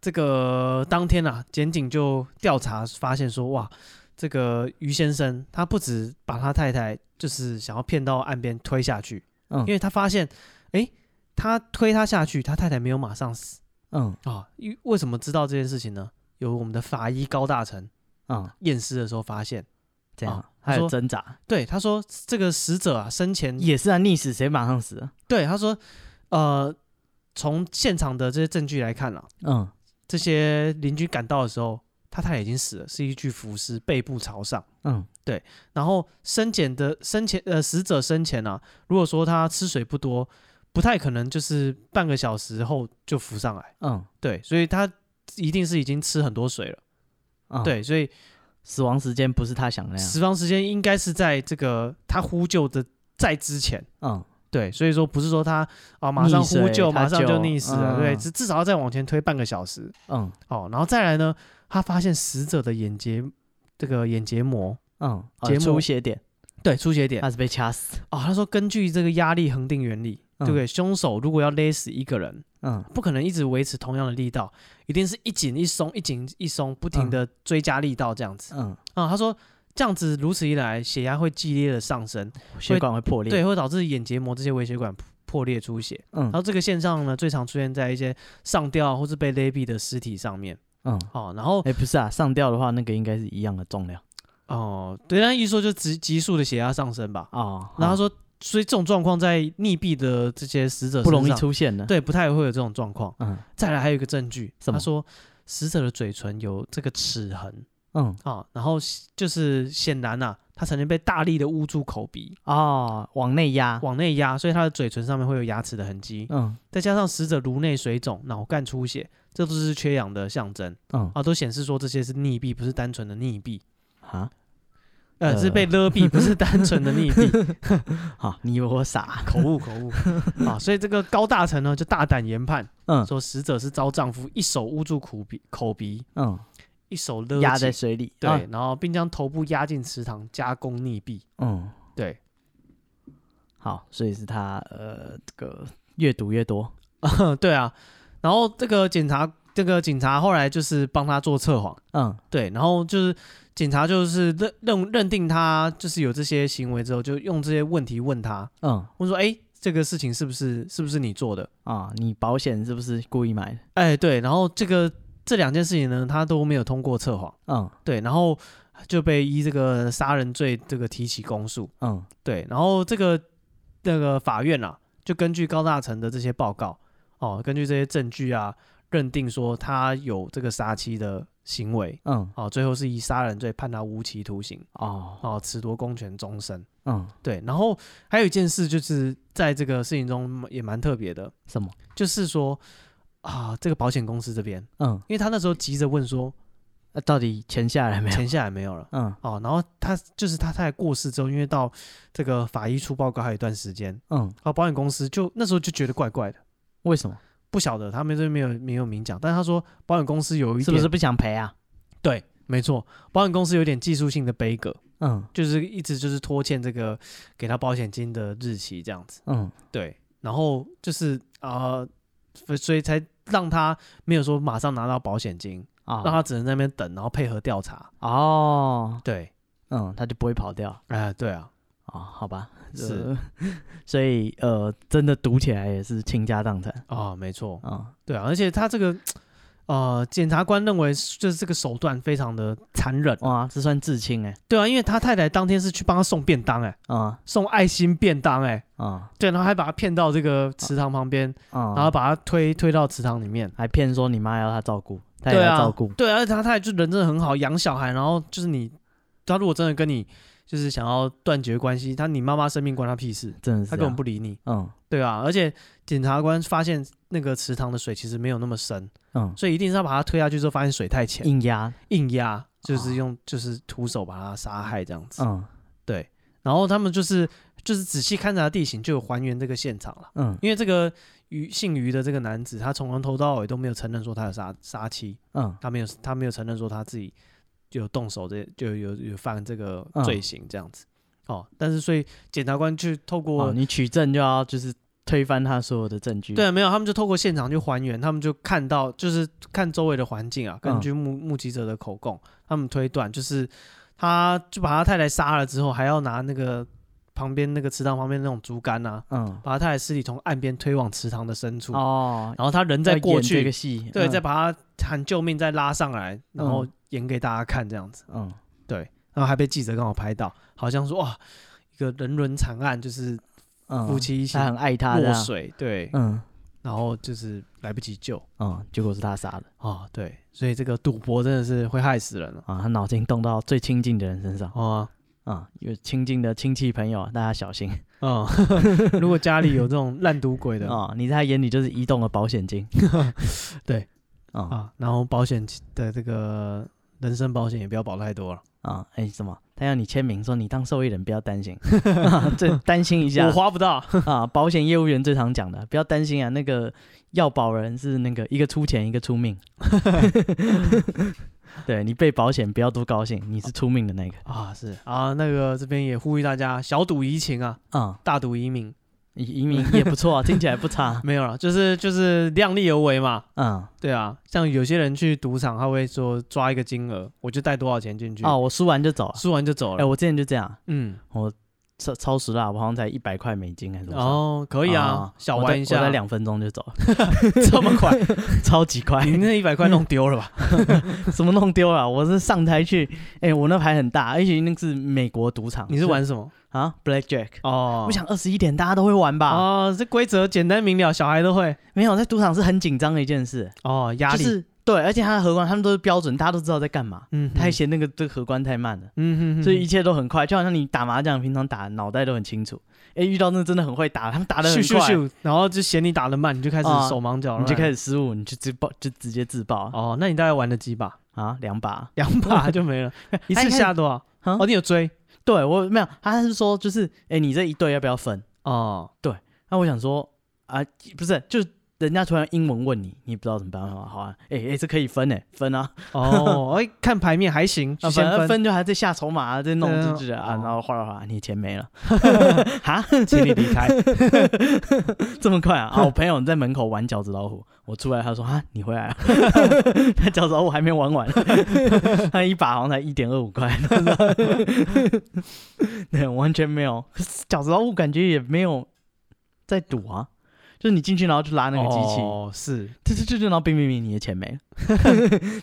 这个当天啊，检警就调查发现说，哇，这个于先生他不止把他太太就是想要骗到岸边推下去，嗯因为他发现，诶，他推他下去，他太太没有马上死嗯啊。因为什么知道这件事情呢？有我们的法医高大成嗯，验尸的时候发现，这样啊他还有说挣扎，对他说这个死者啊生前也是啊，溺死谁马上死啊？对他说，呃，从现场的这些证据来看啊，嗯这些邻居赶到的时候，他太太已经死了，是一具浮尸，背部朝上。嗯然后生前的生前呃死者生前啊，如果说他吃水不多，不太可能就是半个小时后就浮上来。嗯对，所以他一定是已经吃很多水了。嗯，，对，所以死亡时间不是他想的那样，死亡时间应该是在这个他呼救的在之前嗯对，所以说不是说他啊马上溺水呼救，他马上就就溺死了，嗯对，至至少要再往前推半个小时嗯哦，然后再来呢，他发现死者的眼结这个眼结膜嗯，结节目出血点，对出血点他是被掐死，哦，他说根据这个压力恒定原理，嗯对不对？凶手如果要勒死一个人，嗯不可能一直维持同样的力道，一定是一紧一松，一紧一松，不停的追加力道这样子嗯，啊、他说这样子如此一来，血压会激烈的上升，血管会破裂，对，会导致眼结膜这些微血管破破裂出血。嗯然后这个现象呢，最常出现在一些上吊或是被勒毙的尸体上面。嗯，哦，然后哎，不是啊，上吊的话，那个应该是一样的重量哦、对，那一说就急急速的血压上升吧。哦，然后他说说，所以这种状况在溺毙的这些死者不容易身上，出现的，，对，不太会有这种状况。嗯再来还有一个证据，他什么说死者的嘴唇有这个齿痕嗯，啊，然后就是显然呐、啊他曾经被大力的捂住口鼻，哦，往内压，往内压，所以他的嘴唇上面会有牙齿的痕迹，嗯再加上死者颅内水肿、脑干出血，这都是缺氧的象征嗯啊，都显示说这些是溺毙，不是单纯的溺毙，啊，呃，是被勒毙，不是单纯的溺毙，好，你以为我 傻？口误口 误啊，所以这个高大成呢就大胆研判嗯说死者是遭丈夫一手捂住口鼻，口鼻嗯，一手勒压紧在水里，对，啊，然后并将头部压进池塘加工溺毙。嗯，对，好，所以是他呃，这个越赌越多，对啊。然后这个检察，这个警察后来就是帮他做测谎，嗯对，然后就是警察就是认认认定他就是有这些行为之后，就用这些问题问他，嗯问说，哎，这个事情是不是是不是你做的？啊，你保险是不是故意买的？哎，对，然后这个这两件事情呢，他都没有通过测谎，嗯对，然后就被依这个杀人罪这个提起公诉，嗯对，然后这个那个法院啊，就根据高大成的这些报告哦，根据这些证据啊，认定说他有这个杀妻的行为嗯，哦，最后是以杀人罪判他无期徒刑哦，哦，褫夺公权终身。嗯，对，然后还有一件事，就是在这个事情中也蛮特别的，什么？就是说啊，这个保险公司这边，嗯，因为他那时候急着问说那啊到底钱下来没有？钱下来没有了。嗯哦，然后他就是他太太过世之后，因为到这个法医出报告还有一段时间，嗯，啊，保险公司就那时候就觉得怪怪的，为什么？不晓得他们这边没有没有明讲，但是他说保险公司有一点是不是不想赔啊？对，没错，保险公司有点技术性的悲歌，嗯就是一直就是拖欠这个给他保险金的日期这样子，嗯对，然后就是啊、呃所以才让他没有说马上拿到保险金，啊，让他只能在那边等，然后配合调查，哦，对，嗯，他就不会跑掉哎、对啊，啊？好吧，是呃， 所以呃，真的赌起来也是倾家荡产啊、没错，啊。对啊，而且他这个。呃，检察官认为就是这个手段非常的残忍，哇，这算至亲哎，对啊，因为他太太当天是去帮他送便当、哎，啊送爱心便当、哎，啊对，然后还把他骗到这个池塘旁边，啊！然后把他推推到池塘里面。还骗说你妈要他照顾，他也对要啊照顾，，对啊，而且他太太就人真的很好，养小孩，然后就是你，他如果真的跟你就是想要断绝关系，他你妈妈生病关他屁事，真的是啊嗯他根本不理你，这样，对啊，而且检察官发现那个池塘的水其实没有那么深，嗯所以一定是要把他推下去之后，发现水太嗯，浅，硬压，硬压就是用就是徒手把他杀害这样子。哦嗯然后他们就是就是仔细勘察地形，就有还原这个现场了。嗯因为这个于姓于的这个男子，他从头到尾都没有承认说他有杀杀妻，嗯他没有他没有承认说他自己有动手这就有有犯这个嗯罪行这样子。哦，但是所以检察官去透过、哦，你取证就要就是推翻他所有的证据，对啊没有，他们就透过现场去还原，他们就看到就是看周围的环境啊，嗯根据目、目击者的口供，他们推断就是他就把他太太杀了之后，还要拿那个旁边那个池塘旁边那种竹竿啊，嗯，把他太太尸体从岸边推往池塘的深处，哦，然后他人要再嗯演过这个去，戏，对，嗯再把他喊救命，再拉上来，然后演给大家看这样子，嗯对，然后还被记者刚好拍到，好像说哇，一个人伦惨案，就是嗯夫妻一起他很爱他落的，啊水，对，嗯然后就是来不及救嗯，结果是他杀的啊，对，所以这个赌博真的是会害死人了啊，他脑筋动到最亲近的人身上啊，啊，有亲近的亲戚朋友，大家小心 嗯，如果家里有这种烂赌鬼的，啊，你在他眼里就是移动的保险金对啊啊，然后保险的这个人身保险也不要保太多了。啊，哎什么？他要你签名说你当受益人不要担心，这担心一下我花不到， 啊。保险业务员最常讲的，不要担心啊，那个要保人是那个一个出钱一个出命，对你被保险不要多高兴，你是出命的那个啊，是啊，那个这边也呼吁大家小赌怡情啊，啊。大赌怡民，移移民也不错啊，听起来不差。 没有了，就是就是量力而为嘛。嗯， 对啊，像有些人去赌场，他会说抓一个金额，我就带多少钱进去，哦，我输完就走 了。输完就走哎、了。我之前就这样，嗯，我超超时了，我好像才一百块美金还是多少。哦，可以啊啊，小我玩在一下，我在两分钟就走了， 这么快，超级快，你那一百块弄丢了吧？什么弄丢了？我是上台去，哎、我那牌很大，而且那个是美国赌场，你是玩什么？啊 blackjack？、哦我想啊二十一点大家都会玩吧？哦，这规则简单明了，小孩都会。没有，在赌场是很紧张的一件事，哦，压力，就是对，而且他的荷官他们都是标准，大家都知道在干嘛。嗯哼他还，嫌那个这个荷官太慢了，嗯哼所以一切都很快，就好像你打麻将，平常打脑袋都很清楚。哎、遇到那真的很会打，他们打的很咻快，咻咻，然后就嫌你打的慢，你就开始啊手忙脚乱，你就开始。始失误，你就自爆，就直接自爆哦，那你大概玩了几把？啊， 两把。两把就没了， 一次下多少？啊哦，你有追？对我没有，他是说就是，哎、你这一队要不要分？哦，那我想说啊，不是，就人家突然英文问你，你不知道怎么办好啊，哎、哎、这可以分哎、分啊， 哦，哎，看牌面还行，啊先反正分， 分就还在下筹码、啊，在弄对啊这这啊，哦然后哗啦哗啦，你钱没 了，哈， 请你离开。这么快 啊？啊，我朋友在门口玩饺子老虎，我出来，他说啊，你 回来了， 他饺子老虎还没玩完， 他一把好像才一点二五块， 对，完全没有。可是饺子老虎感觉也没有在赌啊，就是你进去然后就拉那个机器，哦，是这这这就然后冰冰冰你的 钱没了，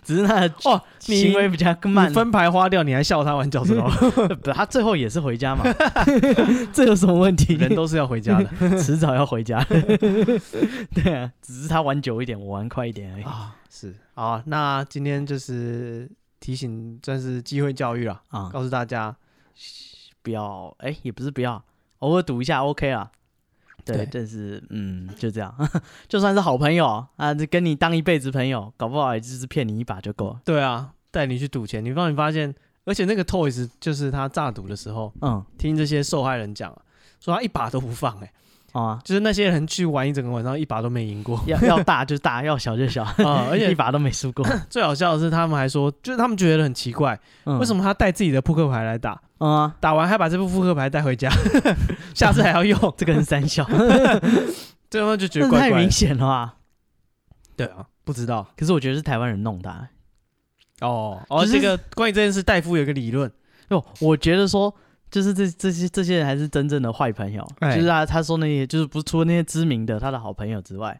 只是他的哦，你行为比较慢你，分牌花掉，你还笑他玩饺子 老虎，不，他最后也是 回家嘛，这有什么问题？人都是要回家的 迟早要回家。 对啊，只是他玩久一点，我玩快一点而已。啊。是好，那今天就是提醒，算是机会教育啦，啊、告诉大家，不要，哎、也不是不要，偶尔赌一下 OK 啊。对，对但是嗯，就这样， 就算是好朋友啊，这跟你当一辈子朋友，搞不好也就是骗你一把就够了。对啊，带你去赌钱，你让你发现，而且那个 Toys 就是他诈赌的时候，嗯，听这些受害人讲啊，说他一把都不放、欸，哎，好啊，就是那些人去玩一整个晚上，一把都没赢 过 要要大就大，要小就小，啊。而一且把都没输 过。最好笑的是，他们还说，就是他们觉得很奇怪，嗯、为什么么？他带自己的扑克牌来打，嗯、啊，打完还把这副扑克牌带回家， 下次还要用，这个人 三小，最后就觉这得怪太怪的明。显了啊吧？对啊，不知道可是我觉得是台湾人弄的、啊。哦哦，就是这个关于这件事，戴夫有一个理论，哟，我觉得说，就是这这些这些人还是真正的坏朋友，哎就是他他说那些，就是不是除了那些知名的他的好朋友之外，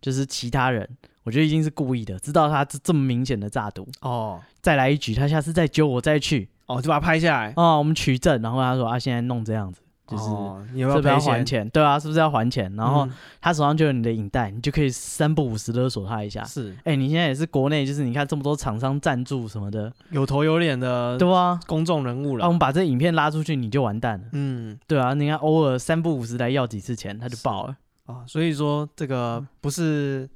就是其他人，我觉得一定是故意的，知道他这这么明显的诈赌，哦再来一局，他下次再揪我再去哦，就把它拍下来，啊、我们取证，然后他说啊，现在弄这样子，就是。哦你要是不不是要赔还钱？钱？对啊，是不是要还钱？然后嗯他手上就有你的影带，你就可以三不五时勒索他一下。是哎、你现在也是国内，就是你看这么多厂商赞助什么的，有头有脸的对啊，公众人物了那、啊、我，们把这影片拉出去，你就完蛋了。嗯。对啊，你看偶尔三不五时来要几次钱，他就爆了。啊，所以说这嗯个不是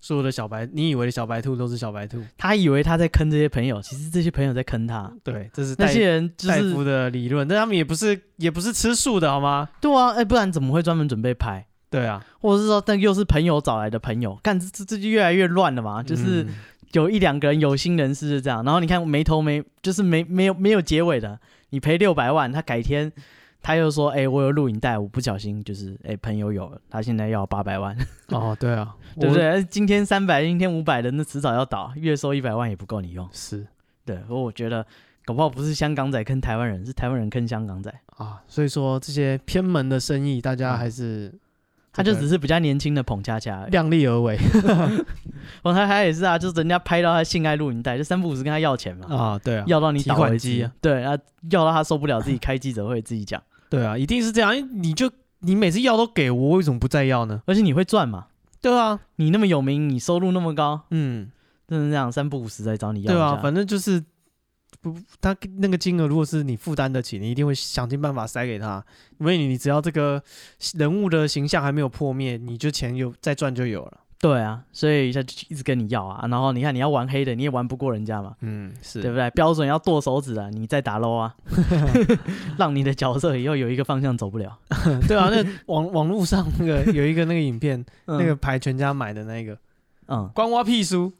所有的小白，你以为的小白兔都是小白兔，他以为他在坑这些朋友，其实这些朋友在坑他。对，这是那戴些人就戴是夫的理论，但他们也不是也不是吃素的好吗？对啊，哎、不然怎么会专门准备拍？对啊，或者是说，那又是朋友找来的朋友，干这这这就越来越乱了嘛。就是嗯有一两个人有心人士是这样，然后你看没头没，就是没没有没有结尾的，你赔六百万，他改天他又说，哎、我有录影带，我不小心就是哎、朋友有了，他现在要八百万， 哦，对啊， 对不我？对？今天三百，今天五百的，那迟早要倒，月收一百万也不够你用。是对，而我觉得搞不好不是香港仔坑台湾人，是台湾人坑香港仔。啊，所以说这些偏门的生意，大家嗯还是他这就个只是比较年轻的捧恰恰而已，量力而 为哦，他他也是啊，就是人家拍到他性爱录影带，就三不五时跟他要钱嘛，啊，对啊，要到你提倒款为机止啊，对，啊，要到他受不了，自己开记者会自己讲，对啊，一定是这样，因为你就你每次要都给我，为什么不再要呢？而且你会赚嘛？对啊，你那么有名，你收入那么高，嗯，真的这样三不五时来找你要一对啊，下反正就是。不，他那个金额如果是你负担得起，你一定会想尽办法塞给他，因为你你只要这个人物的形象还没有破灭，你就钱有再赚就有了。对啊，所以他就一直跟你要啊，然后你看你要玩黑的，你也玩不过人家嘛，嗯，对不是，对？标准要剁手指啊，你再打 low 啊，让你的角色以后有一个方向走不了。对啊，那网 网络上那个有一个那个影片，嗯那个牌全家买的那个嗯，关蛙屁书，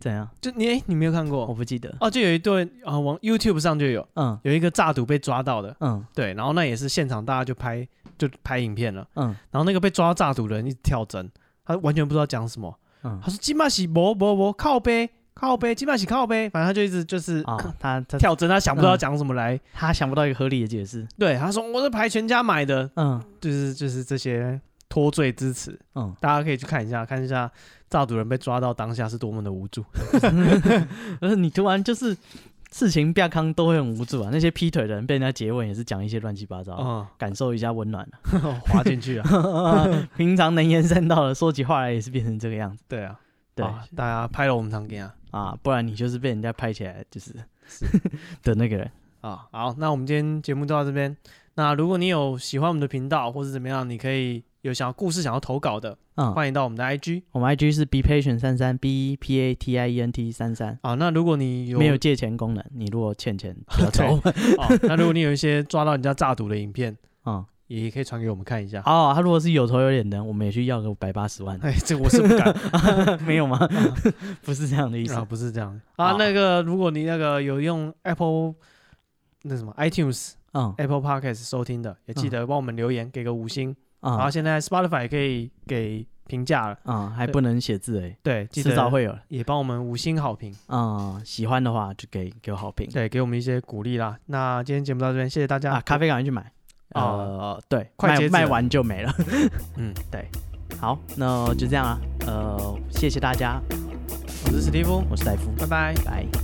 怎样？就你哎，你没有看我过？不记得。哦，就有一对啊，网 YouTube 上就有嗯有一个诈赌被抓到的，嗯对，然后那也是现场大家就拍就拍影片了，嗯然后那个被抓诈赌的人一直跳针，他完全不知道讲什么，嗯他说金马喜不不不靠背靠背金马喜靠背，反正他就一直就是啊， 嗯他他嗯跳针，他想不到讲什么来，他想不到一个合理的解释。对，他说我是牌全家买的，嗯就是就是这些脱罪之词，嗯，大家可以去看一下，看一下诈赌人被抓到当下是多么的无助。 而是你突然就是事情不要康都会很无助啊。那些劈腿的人被人家结吻也是讲一些乱七八糟的，嗯， 感受一下温暖、滑进 去啊，啊、 平常能言善道的，说起话来也是变成这个样子。对啊，对啊大家拍了我们常给啊啊，不然你就是被人家拍起来就是 的那个人。啊。好，那我们今天节目就到这边。那如果你有喜欢我们的频道或是怎么样，你可以有想要故事想要投稿的，嗯，欢迎到我们的 IG 我们 IG 是 be patient 三三 b e p a t i e n t 三三，啊。那如果你有没有借钱功能。你如果欠钱， 不要找对我们。啊，那如果你有一些抓到人家诈赌的影片，嗯，也可以传给我们看一 下。哦，他如果是有头有脸的，我们也去要个百 八十万。 哎，这我是不敢，啊没有吗？ 不是这样的意思啊，。不是这样啊。啊那个，如果你那个有用 Apple 那什么 iTunes、嗯 Apple Podcast 收听的，也记得帮我们留言，给个五星。然后啊现在 Spotify 也可以给评价了，啊，还不能写字哎，对，记迟早得会有的。也帮我们五星好评，嗯，喜欢的话就给给我好评。对，给我们一些鼓励啦。那今天节目到这边，谢谢大家啊，咖啡赶快去买。啊呃，对，快卖截止卖了完就没了。 嗯，对。好，那就这样啊。呃，谢谢大家，我是史蒂夫，我是戴夫，拜拜。拜。